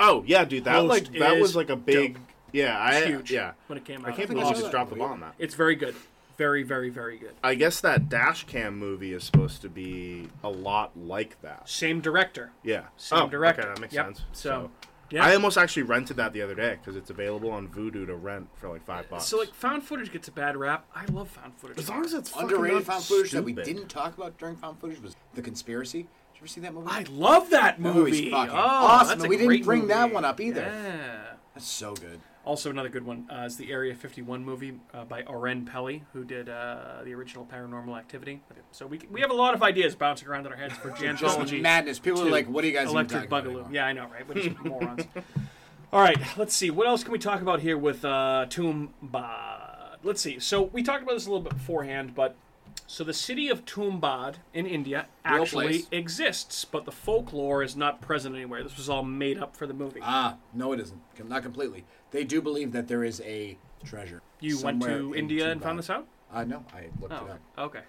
Speaker 3: oh yeah, dude, that
Speaker 1: Host
Speaker 3: like that
Speaker 1: is
Speaker 3: was like a big
Speaker 1: dope.
Speaker 3: yeah.
Speaker 1: It's
Speaker 3: I
Speaker 1: huge.
Speaker 3: yeah.
Speaker 1: When it came out,
Speaker 3: I can't
Speaker 2: think I
Speaker 3: believe
Speaker 2: saw
Speaker 3: you
Speaker 2: that
Speaker 3: just dropped the
Speaker 2: movie.
Speaker 3: bomb on that.
Speaker 1: it's very good. Very, very, very good.
Speaker 3: I guess that dash cam movie is supposed to be a lot like that.
Speaker 1: Same director.
Speaker 3: Yeah.
Speaker 1: Same director.
Speaker 3: Oh, Okay, that makes
Speaker 1: Yep.
Speaker 3: sense.
Speaker 1: So, yeah.
Speaker 3: I almost actually rented that the other day because it's available on Vudu to rent for like five bucks.
Speaker 1: So like found footage gets a bad rap. I love found footage.
Speaker 3: as long as it's fucking
Speaker 2: Underrated
Speaker 3: not
Speaker 2: found footage that we
Speaker 3: stupid.
Speaker 2: didn't talk about during found footage was the conspiracy. Did you ever see that movie?
Speaker 1: I love that
Speaker 2: That
Speaker 1: movie.
Speaker 2: movie's fucking
Speaker 1: oh,
Speaker 2: awesome,
Speaker 1: That's
Speaker 2: and
Speaker 1: a
Speaker 2: we didn't
Speaker 1: great
Speaker 2: bring that
Speaker 1: movie.
Speaker 2: one up either.
Speaker 1: Yeah.
Speaker 2: That's so good.
Speaker 1: Also, another good one uh, is the Area 51 movie uh, by Oren Pelly, who did uh, the original Paranormal Activity. So we, we have a lot of ideas bouncing around in our heads for
Speaker 2: Just
Speaker 1: Jantology.
Speaker 2: madness. People are
Speaker 1: Oh, two.
Speaker 2: like, "What are you guys even
Speaker 1: Electric
Speaker 2: talking about
Speaker 1: Bugaloo.
Speaker 2: anymore?"
Speaker 1: Yeah, I know, right? We're just morons. All right, let's see. What else can we talk about here with uh, Tumbad? Let's see. So we talked about this a little bit beforehand, but so the city of Tumbad in India
Speaker 2: Real
Speaker 1: actually
Speaker 2: place.
Speaker 1: exists, but the folklore is not present anywhere. This was all made up for the movie.
Speaker 2: Ah, no, it isn't. Com- Not completely. They do believe that there is a treasure.
Speaker 1: you went
Speaker 2: somewhere
Speaker 1: to
Speaker 2: in
Speaker 1: India and
Speaker 2: Tibet.
Speaker 1: found this out?
Speaker 2: Uh, no, I looked
Speaker 1: Oh,
Speaker 2: it up.
Speaker 1: okay.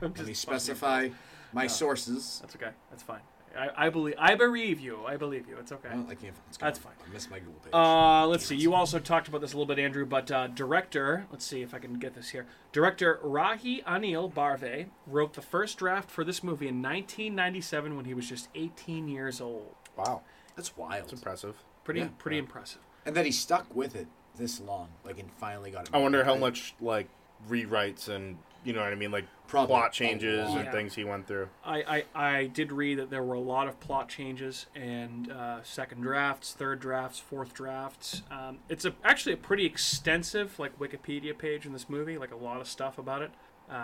Speaker 2: Let me specify
Speaker 1: Oh.
Speaker 2: my sources.
Speaker 1: That's okay. That's fine. I, I believe. I believe you. I believe you. It's okay.
Speaker 2: Well, I can't. it's
Speaker 1: That's
Speaker 2: gone.
Speaker 1: fine.
Speaker 2: I missed my Google page.
Speaker 1: Uh, let's see. You also talked about this a little bit, Andrew, but uh, director, let's see if I can get this here. Director Rahi Anil Barve wrote the first draft for this movie in 1997 when he was just 18 years old.
Speaker 3: Wow,
Speaker 2: That's wild.
Speaker 3: it's impressive.
Speaker 1: Pretty,
Speaker 2: Yeah.
Speaker 1: pretty impressive.
Speaker 2: and that he stuck with it this long, like, and finally got it.
Speaker 3: I wonder how
Speaker 2: right?
Speaker 3: much like rewrites and you know what I mean, like
Speaker 2: Probably
Speaker 3: plot
Speaker 2: a
Speaker 3: changes
Speaker 2: lot.
Speaker 3: and
Speaker 1: Yeah.
Speaker 3: things he went through.
Speaker 1: I, I, I did read that there were a lot of plot changes and uh, second drafts, third drafts, fourth drafts. Um, it's a, actually a pretty extensive like Wikipedia page in this movie, like a lot of stuff about it. Um,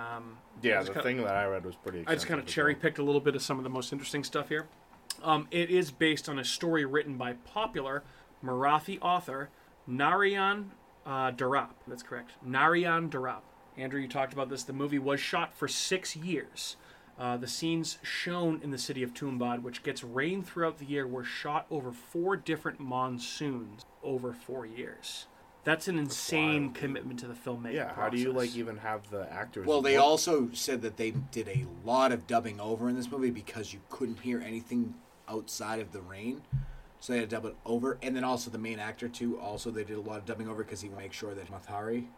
Speaker 1: I
Speaker 3: Yeah,
Speaker 1: just
Speaker 3: the
Speaker 1: kinda-
Speaker 3: thing that I read was pretty.
Speaker 1: I just kind of
Speaker 3: extensive
Speaker 1: cherry
Speaker 3: as well.
Speaker 1: picked a little bit of some of the most interesting stuff here. Um, it is based on a story written by popular Marathi author Narayan uh, Darap. That's correct. Narayan Darap. Andrew, you talked about this. The movie was shot for six years. Uh, the scenes shown in the city of Tumbad, which gets rain throughout the year, were shot over four different monsoons over four years. That's an insane
Speaker 3: wild, dude.
Speaker 1: commitment to the filmmaking.
Speaker 3: Yeah, how do you
Speaker 1: process.
Speaker 3: like even have the actors?
Speaker 2: Well, they
Speaker 3: look-
Speaker 2: also said that they did a lot of dubbing over in this movie because you couldn't hear anything outside of the rain. So they had to dub it over. And then also the main actor, too, also they did a lot of dubbing over because he wanted to make sure that Mathari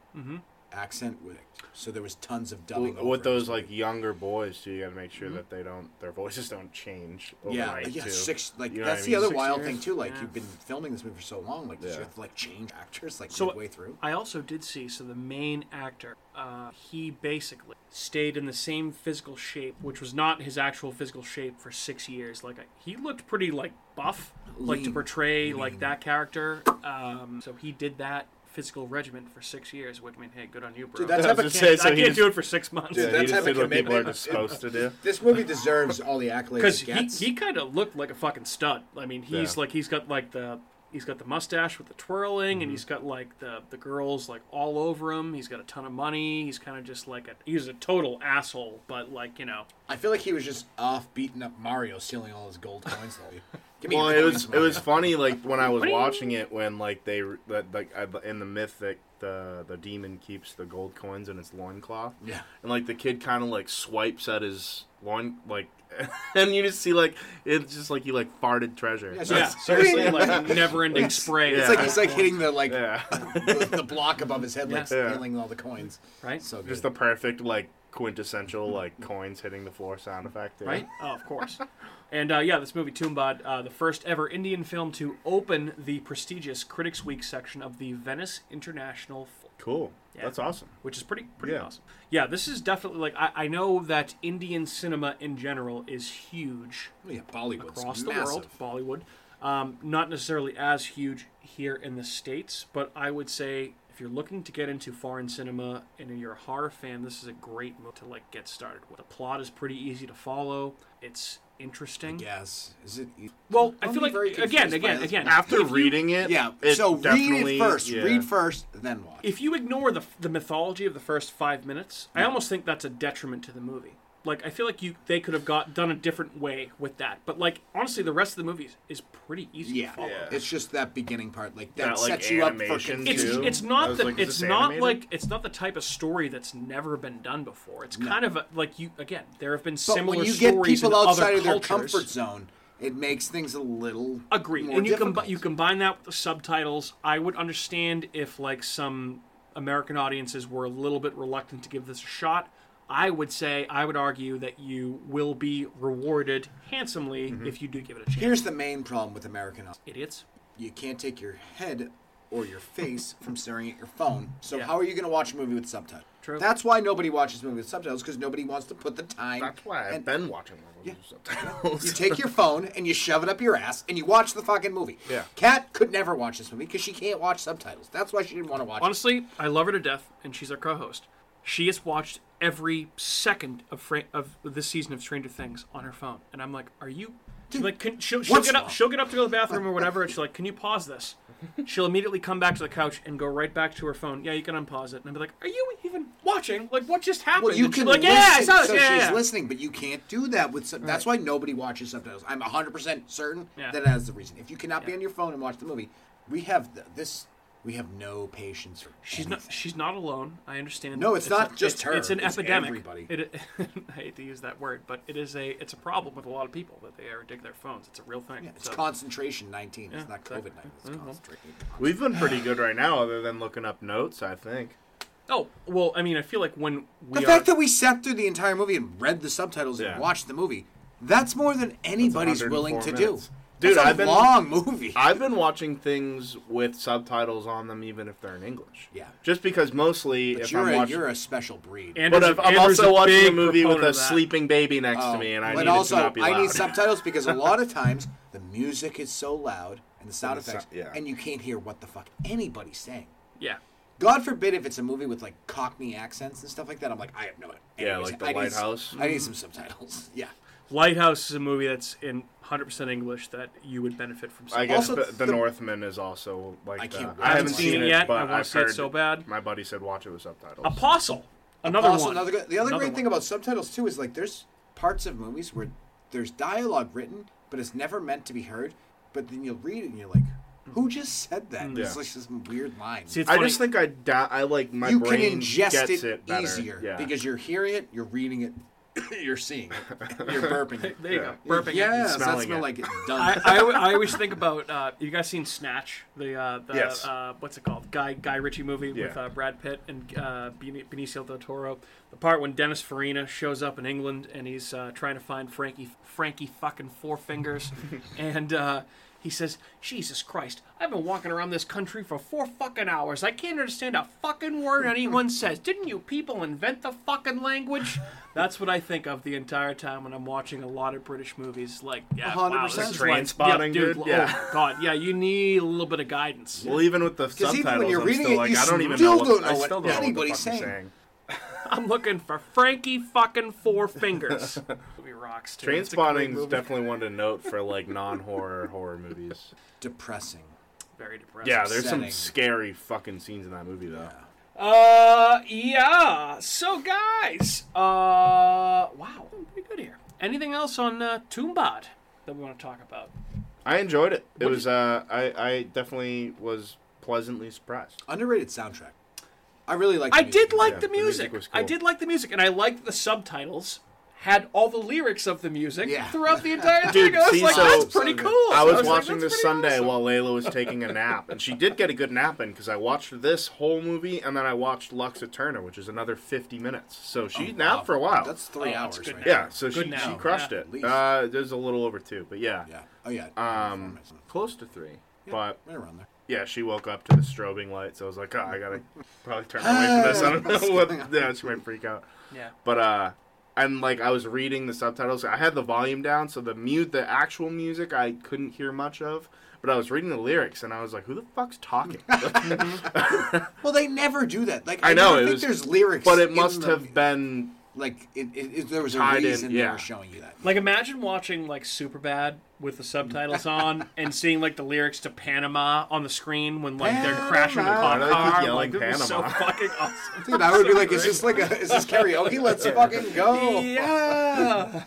Speaker 2: accent would. So there was tons of dubbing over.
Speaker 3: Mm-hmm.
Speaker 2: Mm-hmm.
Speaker 3: with those like younger boys too. You got to make sure that they don't their voices don't change.
Speaker 2: Yeah,
Speaker 3: overnight,
Speaker 2: yeah,
Speaker 3: too.
Speaker 2: six. Like
Speaker 3: You know
Speaker 2: that's
Speaker 3: what I
Speaker 2: the
Speaker 3: mean?
Speaker 2: other
Speaker 1: Six
Speaker 2: wild
Speaker 1: years?
Speaker 2: thing too. Like
Speaker 1: Yeah.
Speaker 2: you've been filming this movie for so long, like did
Speaker 3: Yeah.
Speaker 2: you have to like change actors like
Speaker 1: So-
Speaker 2: midway through?
Speaker 1: I also did see, so the main actor, uh, he basically stayed in the same physical shape, which was not his actual physical shape for six years. Like, I- he looked pretty, like, buff, like to
Speaker 2: Lean.
Speaker 1: portray, like, that character. Um, so he did that physical regimen for six years, which, I mean, hey, good on you, bro.
Speaker 2: Dude, that's
Speaker 3: I was
Speaker 2: how it
Speaker 3: gonna
Speaker 2: came-
Speaker 3: say,
Speaker 1: I
Speaker 3: so
Speaker 1: can't
Speaker 3: he just-
Speaker 1: do it for six months.
Speaker 2: Dude,
Speaker 3: Yeah,
Speaker 2: that's
Speaker 3: he just
Speaker 2: how
Speaker 3: did what people are
Speaker 2: commitment-
Speaker 3: just supposed to do.
Speaker 2: This movie deserves all the accolades
Speaker 1: Because
Speaker 2: it
Speaker 1: he,
Speaker 2: gets.
Speaker 1: he kind of looked like a fucking stud. I mean, he's
Speaker 3: Yeah.
Speaker 1: like he's got like the he's got the mustache with the twirling,
Speaker 2: Mm-hmm.
Speaker 1: and he's got like the the girls like all over him. He's got a ton of money. He's kind of just like a he's a total asshole, but like you know,
Speaker 2: I feel like he was just off beating up Mario, stealing all his gold coins. Though. Give me
Speaker 3: Well,
Speaker 2: your
Speaker 3: it
Speaker 2: coins,
Speaker 3: was it
Speaker 2: Mario.
Speaker 3: was funny like when I was
Speaker 1: Bling.
Speaker 3: watching it when like they that like I- in the myth that the the demon keeps the gold coins in its loincloth.
Speaker 2: Yeah.
Speaker 3: And like the kid kind of like swipes at his loin like and you just see like it's just like he like farted treasure.
Speaker 2: Yeah, so-
Speaker 1: yeah, seriously, like never-ending spray.
Speaker 2: It's
Speaker 3: Yeah.
Speaker 2: like he's like hitting the like
Speaker 3: Yeah.
Speaker 2: the, the block above his head, like
Speaker 1: Yeah.
Speaker 2: stealing all the coins.
Speaker 1: right,
Speaker 2: So good.
Speaker 3: Just the perfect like quintessential like coins hitting the floor sound effect. yeah.
Speaker 1: right? Oh, of course. And uh, yeah, this movie Toombad, uh, the first ever Indian film to open the prestigious Critics Week section of the Venice International Film
Speaker 3: Cool.
Speaker 1: Yeah.
Speaker 3: That's awesome.
Speaker 1: which is pretty pretty
Speaker 3: Yeah.
Speaker 1: awesome. Yeah, this is definitely like I, I know that Indian cinema in general is huge
Speaker 2: yeah, Bollywood's
Speaker 1: across
Speaker 2: massive.
Speaker 1: the world, Bollywood. Um, not necessarily as huge here in the states, but I would say if you're looking to get into foreign cinema and you're a horror fan, this is a great movie to like get started with. The plot is pretty easy to follow. It's interesting.
Speaker 2: Yes, is it? e-
Speaker 1: Well, I
Speaker 2: I'm
Speaker 1: feel like
Speaker 2: very confused
Speaker 1: again,
Speaker 2: by
Speaker 1: again,
Speaker 2: this.
Speaker 1: again.
Speaker 3: After
Speaker 1: if you-
Speaker 3: reading it,
Speaker 2: Yeah.
Speaker 3: it
Speaker 2: so read
Speaker 3: definitely-
Speaker 2: it first.
Speaker 3: yeah.
Speaker 2: Read first, then watch.
Speaker 1: if you ignore the the mythology of the first five minutes, I almost think that's a detriment to the movie. Like I feel like you they could have got done a different way with that. But like honestly, the rest of the movie is, is pretty easy
Speaker 2: yeah.
Speaker 1: to follow.
Speaker 3: Yeah.
Speaker 2: it's just that beginning part, like that,
Speaker 3: That, like,
Speaker 2: sets you up for
Speaker 3: animation,
Speaker 1: It's,
Speaker 3: too.
Speaker 2: confusion.
Speaker 1: it's
Speaker 3: I
Speaker 1: not
Speaker 3: was
Speaker 1: the,
Speaker 3: like, is
Speaker 1: it's
Speaker 3: this
Speaker 1: not
Speaker 3: animated?
Speaker 1: like it's not the type of story that's never been done before. It's kind of a, like you again. There have been
Speaker 2: But
Speaker 1: similar
Speaker 2: when you get
Speaker 1: stories
Speaker 2: people
Speaker 1: in
Speaker 2: outside
Speaker 1: other
Speaker 2: of their
Speaker 1: cultures.
Speaker 2: comfort zone, it makes things a little
Speaker 1: Agreed.
Speaker 2: More
Speaker 1: and you
Speaker 2: difficult.
Speaker 1: combi- you combine that with the subtitles. I would understand if like some American audiences were a little bit reluctant to give this a shot. I would say I would argue that you will be rewarded handsomely
Speaker 2: Mm-hmm.
Speaker 1: if you do give it a chance.
Speaker 2: Here's the main problem with American Idol.
Speaker 1: Idiots.
Speaker 2: You can't take your head or your face from staring at your phone. So
Speaker 1: Yeah.
Speaker 2: how are you going to watch a movie with subtitles?
Speaker 1: True.
Speaker 2: That's why nobody watches movies with subtitles because nobody wants to put the time.
Speaker 3: That's why I've
Speaker 2: and
Speaker 3: been watching one of subtitles.
Speaker 2: you take your phone and you shove it up your ass and you watch the fucking movie.
Speaker 3: Yeah.
Speaker 2: Kat could never watch this movie because she can't watch subtitles. That's why she didn't want to watch. it.
Speaker 1: Honestly, I love her to death, and she's our co-host. She has watched every second of Fra- of this season of Stranger Things on her phone, and I'm like, "Are you?" She's like, can, she'll, she'll
Speaker 2: what's
Speaker 1: get up.
Speaker 2: wrong?
Speaker 1: She'll get up to go to the bathroom or whatever, and she's like, "Can you pause this?" She'll immediately come back to the couch and go right back to her phone. Yeah, you can unpause it, and I'll be like, "Are you even watching? Like, what just happened?"
Speaker 2: Well, you
Speaker 1: And she'll
Speaker 2: can
Speaker 1: be like, "Yeah, I
Speaker 2: listen,
Speaker 1: saw this.
Speaker 2: so
Speaker 1: yeah,
Speaker 2: she's
Speaker 1: yeah, yeah."
Speaker 2: listening, but you can't do that with. Sub- That's why nobody watches subtitles. I'm 100 percent certain
Speaker 1: Yeah.
Speaker 2: that that is the reason. If you cannot be on your phone and watch the movie, we have th- this. We have no patience. For
Speaker 1: She's not.
Speaker 2: anything.
Speaker 1: She's not alone. I understand.
Speaker 2: No, it's not just
Speaker 1: it's,
Speaker 2: her.
Speaker 1: It's an
Speaker 2: It's
Speaker 1: epidemic.
Speaker 2: everybody.
Speaker 1: It, I hate to use that word, but it is a. It's a problem with a lot of people that they are addicted to their phones. It's a real thing.
Speaker 2: It's
Speaker 1: So-
Speaker 2: concentration 19. it's not
Speaker 1: exactly.
Speaker 2: COVID 19. It's
Speaker 3: Mm-hmm.
Speaker 2: concentration.
Speaker 3: We've been pretty good right now, other than looking up notes. I think.
Speaker 1: Oh well, I mean, I feel like when we
Speaker 2: The
Speaker 1: are,
Speaker 2: fact that we sat through the entire movie and read the subtitles
Speaker 3: Yeah.
Speaker 2: and watched the movie, that's more than anybody's
Speaker 3: 104
Speaker 2: willing to
Speaker 3: minutes.
Speaker 2: do.
Speaker 3: Dude,
Speaker 2: that's a
Speaker 3: I've been-
Speaker 2: long movie.
Speaker 3: I've been watching things with subtitles on them, even if they're in English.
Speaker 2: Yeah.
Speaker 3: Just because mostly if
Speaker 2: you're,
Speaker 3: I'm
Speaker 2: a,
Speaker 3: watching.
Speaker 2: you're a special breed.
Speaker 3: but
Speaker 1: Andrew's,
Speaker 3: if I'm
Speaker 1: Andrew's
Speaker 3: also watching a
Speaker 1: big
Speaker 3: movie with
Speaker 1: proponent
Speaker 3: a
Speaker 1: of that.
Speaker 3: sleeping baby next to me, and I
Speaker 2: Oh. but
Speaker 3: need
Speaker 2: also,
Speaker 3: it to not be loud.
Speaker 2: I need subtitles because a lot of times the music is so loud and the sound
Speaker 3: And the
Speaker 2: effects,
Speaker 3: sou- yeah.
Speaker 2: and you can't hear what the fuck anybody's saying.
Speaker 1: Yeah,
Speaker 2: God forbid if it's a movie with like Cockney accents and stuff like that. I'm like, I have no idea.
Speaker 3: Yeah, like The
Speaker 2: I need s-
Speaker 3: Lighthouse. Mm-hmm.
Speaker 2: I need some subtitles. Yeah.
Speaker 1: Lighthouse is a movie that's in 100 percent English that you would benefit from.
Speaker 3: I guess
Speaker 2: Also,
Speaker 3: the, the,
Speaker 2: the-
Speaker 3: Northman is also like.
Speaker 2: I can't-
Speaker 3: that.
Speaker 2: I
Speaker 3: I haven't seen, it yet. But
Speaker 1: I wanna
Speaker 3: I've
Speaker 1: see it
Speaker 3: heard-
Speaker 1: so bad.
Speaker 3: My buddy said watch it with subtitles.
Speaker 1: Apostle, another
Speaker 2: also,
Speaker 1: one.
Speaker 2: Another, good- the other
Speaker 1: Another
Speaker 2: great
Speaker 1: one.
Speaker 2: thing about subtitles too is like there's parts of movies where there's dialogue written, but it's never meant to be heard. But then you'll read it and you're like, who just said that?
Speaker 3: Yeah.
Speaker 2: It's like some weird line.
Speaker 1: See, it's
Speaker 3: I
Speaker 1: funny.
Speaker 3: just think I da- I like my
Speaker 2: you can
Speaker 3: brain
Speaker 2: ingest
Speaker 3: gets
Speaker 2: it,
Speaker 3: it, better.
Speaker 2: easier
Speaker 3: yeah.
Speaker 2: because you're hearing it, you're reading it, you're seeing it, you're burping it.
Speaker 1: there you
Speaker 3: yeah.
Speaker 1: go, burping.
Speaker 2: Yeah,
Speaker 1: It.
Speaker 2: that
Speaker 3: smelling
Speaker 2: smell
Speaker 3: it.
Speaker 2: like it. Done.
Speaker 1: I, I, w- I always think about uh, you guys seen Snatch the uh, the
Speaker 3: Yes.
Speaker 1: uh, what's it called Guy Guy Ritchie movie with
Speaker 3: Yeah.
Speaker 1: uh, Brad Pitt and uh, Beni- Benicio del Toro the part when Dennis Farina shows up in England and he's uh, trying to find Frankie Frankie fucking Four Fingers and uh, he says Jesus Christ I've been walking around this country for four fucking hours I can't understand a fucking word anyone says didn't you people invent the fucking language that's what I think of the entire time when I'm watching a lot of British movies like yeah wow, this
Speaker 2: 100%.
Speaker 1: is
Speaker 3: Train
Speaker 1: like- yeah,
Speaker 3: spotting,
Speaker 1: dude,
Speaker 3: dude,
Speaker 1: oh
Speaker 3: yeah.
Speaker 1: God, yeah, you need a little bit of guidance.
Speaker 3: Well, even with the
Speaker 2: even
Speaker 3: subtitles,
Speaker 2: when you're
Speaker 3: I'm
Speaker 2: reading
Speaker 3: still
Speaker 2: it,
Speaker 3: like,
Speaker 2: you
Speaker 3: I don't even
Speaker 2: still
Speaker 3: know what,
Speaker 2: don't
Speaker 3: I
Speaker 2: know what
Speaker 3: still don't know what the
Speaker 2: anybody's
Speaker 3: fuck saying.
Speaker 2: saying.
Speaker 3: saying.
Speaker 1: I'm looking for Frankie fucking Four Fingers. movie rocks. Dude.
Speaker 3: Train
Speaker 1: It's a great
Speaker 3: spotting is
Speaker 1: movie.
Speaker 3: definitely one to note for like non horror horror movies.
Speaker 2: Depressing.
Speaker 1: very depressing.
Speaker 3: Yeah, there's some
Speaker 2: Upsetting.
Speaker 3: scary fucking scenes in that movie though.
Speaker 1: Uh, yeah. So, guys, uh, wow, I'm pretty good here. Anything else on uh, Toombot that we want to talk about?
Speaker 3: I enjoyed it. It was uh, I I definitely was pleasantly surprised.
Speaker 2: Underrated soundtrack. I really like.
Speaker 1: I did like
Speaker 3: yeah,
Speaker 1: the
Speaker 3: the
Speaker 1: music.
Speaker 3: music was
Speaker 1: I
Speaker 3: cool.
Speaker 1: did like the music, and I liked the subtitles. Had all the lyrics of the music
Speaker 2: Yeah.
Speaker 1: throughout the entire
Speaker 3: Dude,
Speaker 1: thing. I was
Speaker 3: see,
Speaker 1: like,
Speaker 3: so-
Speaker 1: that's pretty
Speaker 2: so good.
Speaker 1: cool.
Speaker 3: I
Speaker 1: So
Speaker 3: was,
Speaker 1: like,
Speaker 3: watching
Speaker 1: that's
Speaker 3: this
Speaker 1: pretty
Speaker 3: Sunday
Speaker 1: awesome.
Speaker 3: while Layla was taking a nap, and she did get a good nap in because I watched this whole movie and then I watched Luxa Turner, which is another 50 minutes. So she napped
Speaker 2: Oh, wow.
Speaker 3: for a while.
Speaker 2: That's three
Speaker 1: Oh, that's
Speaker 2: hours.
Speaker 1: good
Speaker 2: right
Speaker 1: now.
Speaker 3: yeah, so
Speaker 1: Good
Speaker 3: she,
Speaker 1: now.
Speaker 3: she crushed
Speaker 1: Yeah,
Speaker 3: it.
Speaker 2: at least.
Speaker 3: Uh, there's a little over two, but yeah,
Speaker 2: Yeah. Oh yeah.
Speaker 3: Um,
Speaker 2: Performance.
Speaker 3: close to three. But
Speaker 2: right around there.
Speaker 3: yeah, she woke up to the strobing lights. I was like, oh, I gotta probably turn away from this. I don't know what. Yeah, she might freak out.
Speaker 1: Yeah.
Speaker 3: But uh and like I was reading the subtitles. I had the volume down, so the mute the actual music I couldn't hear much of. But I was reading the lyrics and I was like, Who the fuck's talking?
Speaker 2: Well, they never do that. Like
Speaker 3: I
Speaker 2: I,
Speaker 3: know,
Speaker 2: don't
Speaker 3: it
Speaker 2: think
Speaker 3: was-
Speaker 2: there's lyrics,
Speaker 3: but it
Speaker 2: in
Speaker 3: must
Speaker 2: the-
Speaker 3: have been
Speaker 2: like it, it, it- there was a
Speaker 3: tied in,
Speaker 2: reason they
Speaker 3: yeah.
Speaker 2: were showing you that.
Speaker 1: Like imagine watching like Superbad with the subtitles on and seeing like the lyrics to Panama on the screen when like they're crashing the
Speaker 2: Panama.
Speaker 1: cop
Speaker 3: They keep
Speaker 1: car.
Speaker 3: yelling
Speaker 1: Like, it was so
Speaker 3: Panama.
Speaker 1: fucking awesome.
Speaker 2: Dude, I would be like, is this like a is this karaoke? Let's fucking go.
Speaker 1: Yeah.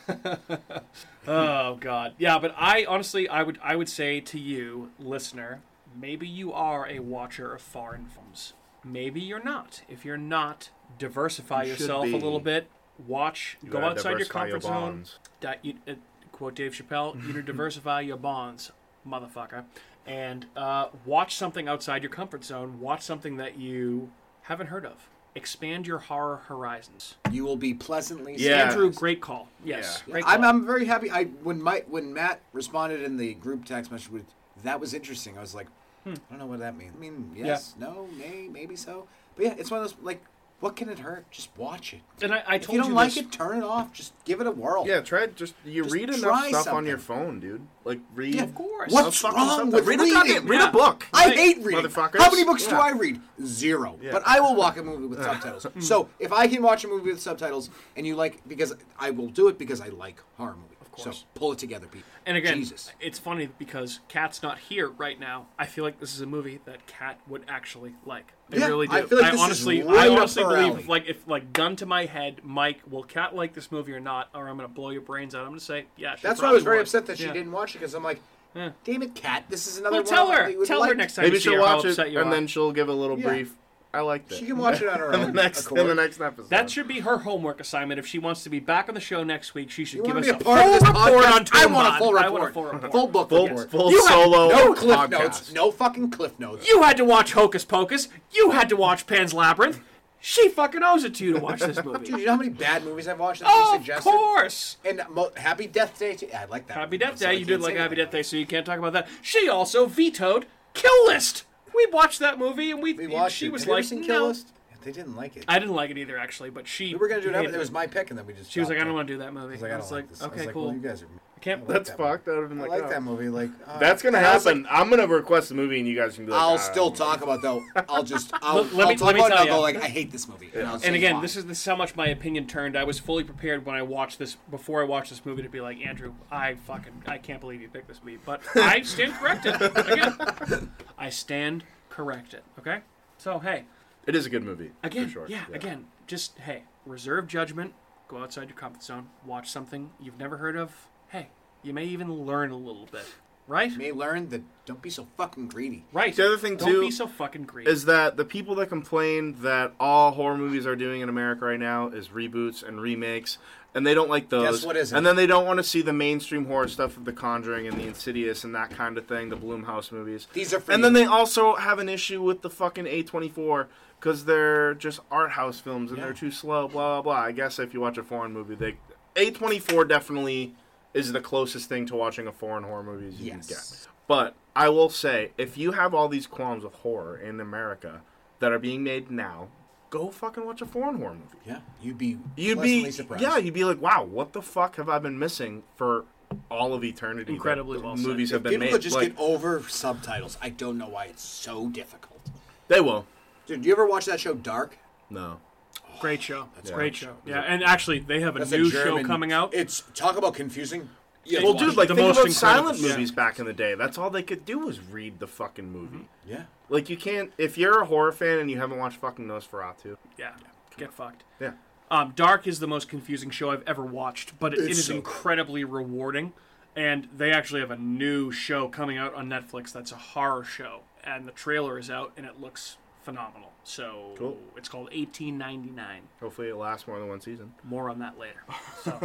Speaker 1: oh god. Yeah, but I honestly I would I would say to you, listener, maybe you are a watcher of foreign films. Maybe you're not. If you're not, diversify
Speaker 3: You should
Speaker 1: yourself
Speaker 3: be.
Speaker 1: a little bit. Watch,
Speaker 3: You
Speaker 1: go
Speaker 3: gotta
Speaker 1: outside your
Speaker 3: diversify
Speaker 1: comfort zone.
Speaker 3: bonds.
Speaker 1: that you uh, quote Dave Chappelle, you need to diversify your bonds, motherfucker, and uh, watch something outside your comfort zone. Watch something that you haven't heard of. Expand your horror horizons.
Speaker 2: You will be pleasantly
Speaker 3: Yeah.
Speaker 1: Andrew, great call. Yes,
Speaker 3: Yeah.
Speaker 1: great call.
Speaker 2: I'm, I'm very happy. I when my when Matt responded in the group text message with that was interesting. I was like, "Hmm, I don't know what that means. I mean, yes, no, nay, maybe so. But yeah, it's one of those like, what can it hurt? Just watch it.
Speaker 1: and I, I
Speaker 2: If
Speaker 1: told
Speaker 2: you
Speaker 1: you,
Speaker 2: don't like
Speaker 1: this.
Speaker 2: it, turn it off. Just give it a whirl.
Speaker 3: Yeah, try just you
Speaker 2: Just
Speaker 3: read enough
Speaker 2: try
Speaker 3: stuff on
Speaker 2: something.
Speaker 3: your phone, dude. Like read
Speaker 2: Yeah,
Speaker 1: of course.
Speaker 2: What's
Speaker 3: fucking
Speaker 2: wrong
Speaker 3: something.
Speaker 2: with
Speaker 3: Read a
Speaker 2: reading?
Speaker 3: goddamn- read a
Speaker 1: Yeah.
Speaker 3: book.
Speaker 2: I
Speaker 1: Right.
Speaker 2: hate reading.
Speaker 3: Motherfuckers.
Speaker 2: How many books do
Speaker 3: Yeah.
Speaker 2: I read? Zero.
Speaker 3: Yeah.
Speaker 2: But I will walk a movie with subtitles. so if I can watch a movie with subtitles and you like, because I will do it because I like horror movies. Of
Speaker 1: course.
Speaker 2: So pull it together, people.
Speaker 1: And again,
Speaker 2: Jesus.
Speaker 1: it's funny because Cat's not here right now. I feel like this is a movie that Cat would actually like. I
Speaker 2: Yeah,
Speaker 1: really do.
Speaker 2: I feel like this is
Speaker 1: honestly,
Speaker 2: right
Speaker 1: I
Speaker 2: up
Speaker 1: honestly
Speaker 2: her
Speaker 1: believe,
Speaker 2: alley.
Speaker 1: like, if like gun to my head, Mike, will Cat like this movie or not? Or I'm gonna blow your brains out. I'm gonna say, yeah. she
Speaker 2: That's why I was
Speaker 1: probably
Speaker 2: very
Speaker 1: would.
Speaker 2: upset that she
Speaker 1: Yeah.
Speaker 2: didn't watch it because I'm like, damn it, Cat, this is another
Speaker 1: Well,
Speaker 2: one.
Speaker 1: tell
Speaker 2: that you
Speaker 1: her.
Speaker 2: would
Speaker 1: Tell her
Speaker 2: like."
Speaker 1: next time.
Speaker 3: Maybe
Speaker 1: you see
Speaker 3: she'll
Speaker 1: her, how
Speaker 3: watch it
Speaker 1: upset you
Speaker 3: and
Speaker 1: are.
Speaker 3: then she'll give a little
Speaker 2: Yeah.
Speaker 3: brief I liked it.
Speaker 2: She can watch it on her
Speaker 3: in the
Speaker 2: own.
Speaker 3: next
Speaker 2: accord.
Speaker 3: in the next episode.
Speaker 1: That should be her homework assignment. If she wants to be back on the show next week, she should
Speaker 2: You
Speaker 1: give
Speaker 2: want
Speaker 1: us
Speaker 2: to be
Speaker 1: a
Speaker 2: a part of
Speaker 1: full
Speaker 2: this
Speaker 1: report
Speaker 2: podcast?
Speaker 1: on
Speaker 2: I want a
Speaker 1: Tumbad.
Speaker 2: full
Speaker 1: I want
Speaker 2: report.
Speaker 1: a full report.
Speaker 2: Full book
Speaker 3: Full-
Speaker 2: report.
Speaker 3: full
Speaker 2: you had
Speaker 3: solo
Speaker 2: No cliff
Speaker 3: podcast.
Speaker 2: notes. No fucking cliff notes.
Speaker 1: You had to watch Hocus Pocus. You had to watch Pan's Labyrinth. She fucking owes it to you to watch this movie.
Speaker 2: Dude, you know how many bad movies I've watched that you
Speaker 1: of
Speaker 2: suggested?
Speaker 1: course.
Speaker 2: And mo- Happy Death Day. To- I like that.
Speaker 1: Happy
Speaker 2: one,
Speaker 1: Death
Speaker 2: so I
Speaker 1: Day. You
Speaker 2: can't
Speaker 1: did
Speaker 2: say
Speaker 1: like Happy
Speaker 2: that.
Speaker 1: Death Day, so you can't talk about that. She also vetoed Kill List. We watched that movie, and we,
Speaker 2: We watched
Speaker 1: she
Speaker 2: it.
Speaker 1: was
Speaker 2: Have you ever
Speaker 1: like,
Speaker 2: seen
Speaker 1: no.
Speaker 2: Kill List? They didn't like it.
Speaker 1: I didn't like it either, actually. But she
Speaker 2: we were gonna do it,
Speaker 1: hated
Speaker 2: but it was my pick, and then we just.
Speaker 1: She was like, I don't want to do that movie.
Speaker 2: Like, I
Speaker 1: I
Speaker 2: don't
Speaker 1: was
Speaker 2: like
Speaker 1: like,
Speaker 2: this. I was
Speaker 1: okay,
Speaker 2: like,
Speaker 1: cool.
Speaker 2: Well, you guys are.
Speaker 1: I can't.
Speaker 3: That's
Speaker 2: that one.
Speaker 3: fucked. I would have been
Speaker 2: I
Speaker 3: like,
Speaker 2: like
Speaker 3: oh.
Speaker 2: that movie. Like uh,
Speaker 3: That's gonna
Speaker 2: and I was like,
Speaker 3: happen. I'm gonna request the movie, and you guys can be like,
Speaker 2: I'll
Speaker 3: "Ah,
Speaker 2: still
Speaker 3: I don't know."
Speaker 2: talk about though. I'll just. I'll,
Speaker 1: Let- let
Speaker 2: I'll
Speaker 1: me-
Speaker 2: talk
Speaker 1: let me tell
Speaker 2: about it. and I'll go
Speaker 1: you.
Speaker 2: like, I hate this movie. And, I'll say
Speaker 1: And again,
Speaker 2: why.
Speaker 1: this is this is how much my opinion turned. I was fully prepared when I watched this before I watched this movie to be like, Andrew, I fucking I can't believe you picked this movie, but I stand corrected. Again, I stand corrected. Okay, so hey,
Speaker 3: It is a good movie.
Speaker 1: again,
Speaker 3: for sure.
Speaker 1: yeah, again, just hey, reserve judgment, go outside your comfort zone, watch something you've never heard of. Hey, you may even learn a little bit, right?
Speaker 2: may learn that don't be so fucking greedy.
Speaker 1: Right.
Speaker 3: The other thing,
Speaker 1: don't
Speaker 3: too,
Speaker 1: be so fucking greedy.
Speaker 3: Is that the people that complain that all horror movies are doing in America right now is reboots and remakes, and they don't like those.
Speaker 2: Guess what isn't?
Speaker 3: And then they don't want to see the mainstream horror stuff of The Conjuring and The Insidious and that kind of thing, the Bloomhouse movies.
Speaker 2: These are for
Speaker 3: and
Speaker 2: you.
Speaker 3: then they also have an issue with the fucking A24 because they're just art house films and they're too slow. Blah blah blah. I guess if you watch a foreign movie, they A24 definitely is the closest thing to watching a foreign horror movie as you
Speaker 2: Yes.
Speaker 3: can get. But I will say, if you have all these qualms with horror in America that are being made now, go fucking watch a foreign horror movie.
Speaker 2: Yeah, you'd be.
Speaker 3: You'd
Speaker 2: pleasantly
Speaker 3: be
Speaker 2: surprised.
Speaker 3: yeah, you'd be like, wow, what the fuck have I been missing for all of eternity? that
Speaker 1: Incredibly well said.
Speaker 3: movies have been
Speaker 2: People
Speaker 3: made.
Speaker 2: that just
Speaker 3: Like,
Speaker 2: get over subtitles. I don't know why it's so difficult.
Speaker 3: they will.
Speaker 2: Dude, you ever watch that show Dark?
Speaker 3: No.
Speaker 1: great show. It's a great
Speaker 3: Yeah.
Speaker 1: show. Yeah, and actually, they have a
Speaker 2: That's
Speaker 1: new
Speaker 2: a German,
Speaker 1: show coming out.
Speaker 2: It's talk about confusing. Yeah,
Speaker 3: Well,
Speaker 2: watch
Speaker 3: dude, like
Speaker 1: the
Speaker 3: think
Speaker 1: most
Speaker 3: about
Speaker 1: incredible-
Speaker 3: silent
Speaker 1: yeah.
Speaker 3: movies back in the day. That's all they could do was read the fucking movie.
Speaker 2: yeah.
Speaker 3: Like you can't if you're a horror fan and you haven't watched fucking Nosferatu.
Speaker 1: Yeah, get fucked.
Speaker 3: Yeah.
Speaker 1: Um, Dark is the most confusing show I've ever watched, but it, it
Speaker 2: It's
Speaker 1: is
Speaker 2: so-
Speaker 1: incredibly rewarding. And they actually have a new show coming out on Netflix that's a horror show, and the trailer is out, and it looks phenomenal. So
Speaker 3: Cool.
Speaker 1: it's called 1899.
Speaker 3: Hopefully it lasts more than one season.
Speaker 1: More on that later. So,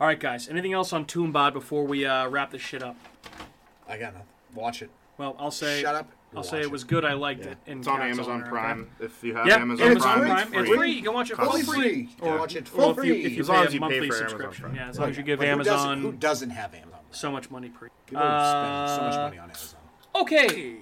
Speaker 1: all right, guys. Anything else on Tombad before we uh, wrap this shit up?
Speaker 2: I got nothing. Watch it.
Speaker 1: Well, I'll say
Speaker 2: Shut up.
Speaker 1: I'll
Speaker 2: Watch
Speaker 1: say it was good. I liked it. In
Speaker 3: It's on
Speaker 1: Cat's
Speaker 3: Amazon
Speaker 1: Honor, okay?
Speaker 3: Prime. If you have
Speaker 1: Yeah,
Speaker 3: Amazon,
Speaker 1: Amazon
Speaker 3: Prime,
Speaker 1: Prime. It's free. You can watch it for
Speaker 2: Totally
Speaker 3: Cost
Speaker 1: free.
Speaker 2: free. You
Speaker 3: Or-
Speaker 2: can watch it for
Speaker 1: Well, if you,
Speaker 2: free.
Speaker 1: if you
Speaker 3: As
Speaker 1: pay
Speaker 3: long
Speaker 1: a
Speaker 3: as you pay
Speaker 1: monthly
Speaker 3: for Amazon
Speaker 1: subscription,
Speaker 3: Prime.
Speaker 1: yeah, as long as you give
Speaker 2: Like, who doesn't-
Speaker 1: Amazon Uh,
Speaker 2: Who doesn't, have Amazon?
Speaker 1: so much money per.
Speaker 2: People are spending so much money on Amazon.
Speaker 1: Okay.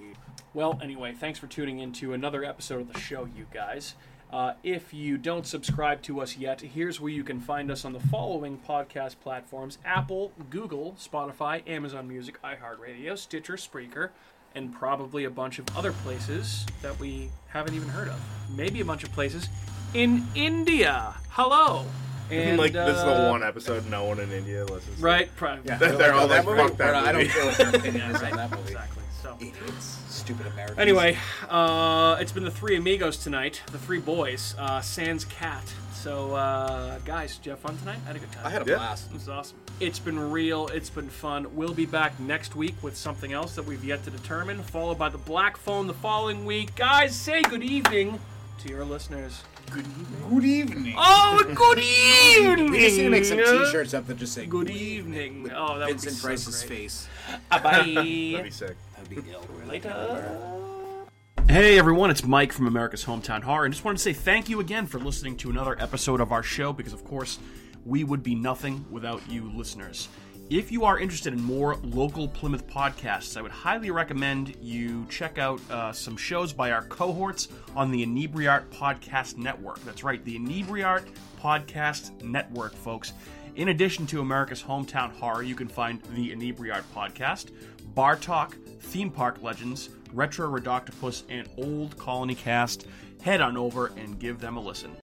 Speaker 1: Well, anyway, thanks for tuning in to another episode of the show, you guys. Uh, if you don't subscribe to us yet, here's where you can find us on the following podcast platforms Apple, Google, Spotify, Amazon Music, iHeartRadio, Stitcher, Spreaker, and probably a bunch of other places that we haven't even heard of. Maybe a bunch of places in India. Hello. And,
Speaker 3: like this is the
Speaker 1: uh,
Speaker 3: one episode no one in India listens. to.
Speaker 1: Right, probably.
Speaker 2: Yeah,
Speaker 3: They're
Speaker 2: like,
Speaker 3: all
Speaker 2: "Oh,
Speaker 3: like,
Speaker 2: that movie?
Speaker 3: "Fuck that
Speaker 2: Or, I don't
Speaker 3: movie."
Speaker 2: care what their opinion is
Speaker 1: right,
Speaker 2: on that movie.
Speaker 1: Exactly. So.
Speaker 2: Idiots. Stupid Americans.
Speaker 1: Anyway, uh, it's been the three amigos tonight, the three boys, uh, sans cat. So, uh, guys, did you have fun tonight? I had a good time.
Speaker 2: I had a
Speaker 3: Yeah.
Speaker 2: blast.
Speaker 1: This is awesome. It's been real. It's been fun. We'll be back next week with something else that we've yet to determine, followed by the black phone the following week. Guys, say good evening to your listeners.
Speaker 2: Good evening.
Speaker 1: Oh, and good evening!
Speaker 2: We just need to make some T-shirts up that just say
Speaker 1: Good evening.
Speaker 2: with
Speaker 1: Oh, that would be
Speaker 2: Vincent
Speaker 1: so
Speaker 2: Price's
Speaker 1: great.
Speaker 2: face.
Speaker 3: That'd
Speaker 1: Bye.
Speaker 3: be sick.
Speaker 2: That'd be ill.
Speaker 1: Later. Hey everyone, it's Mike from America's Hometown Horror, and just wanted to say thank you again for listening to another episode of our show because, of course, we would be nothing without you listeners. If you are interested in more local Plymouth podcasts, I would highly recommend you check out uh, some shows by our cohorts on the Inebriart Podcast Network. That's right, the Inebriart Podcast Network, folks. In addition to America's Hometown Horror, you can find the Inebriart Podcast, Bar Talk, Theme Park Legends, Retro Redoctopus, and Old Colony Cast. Head on over and give them a listen.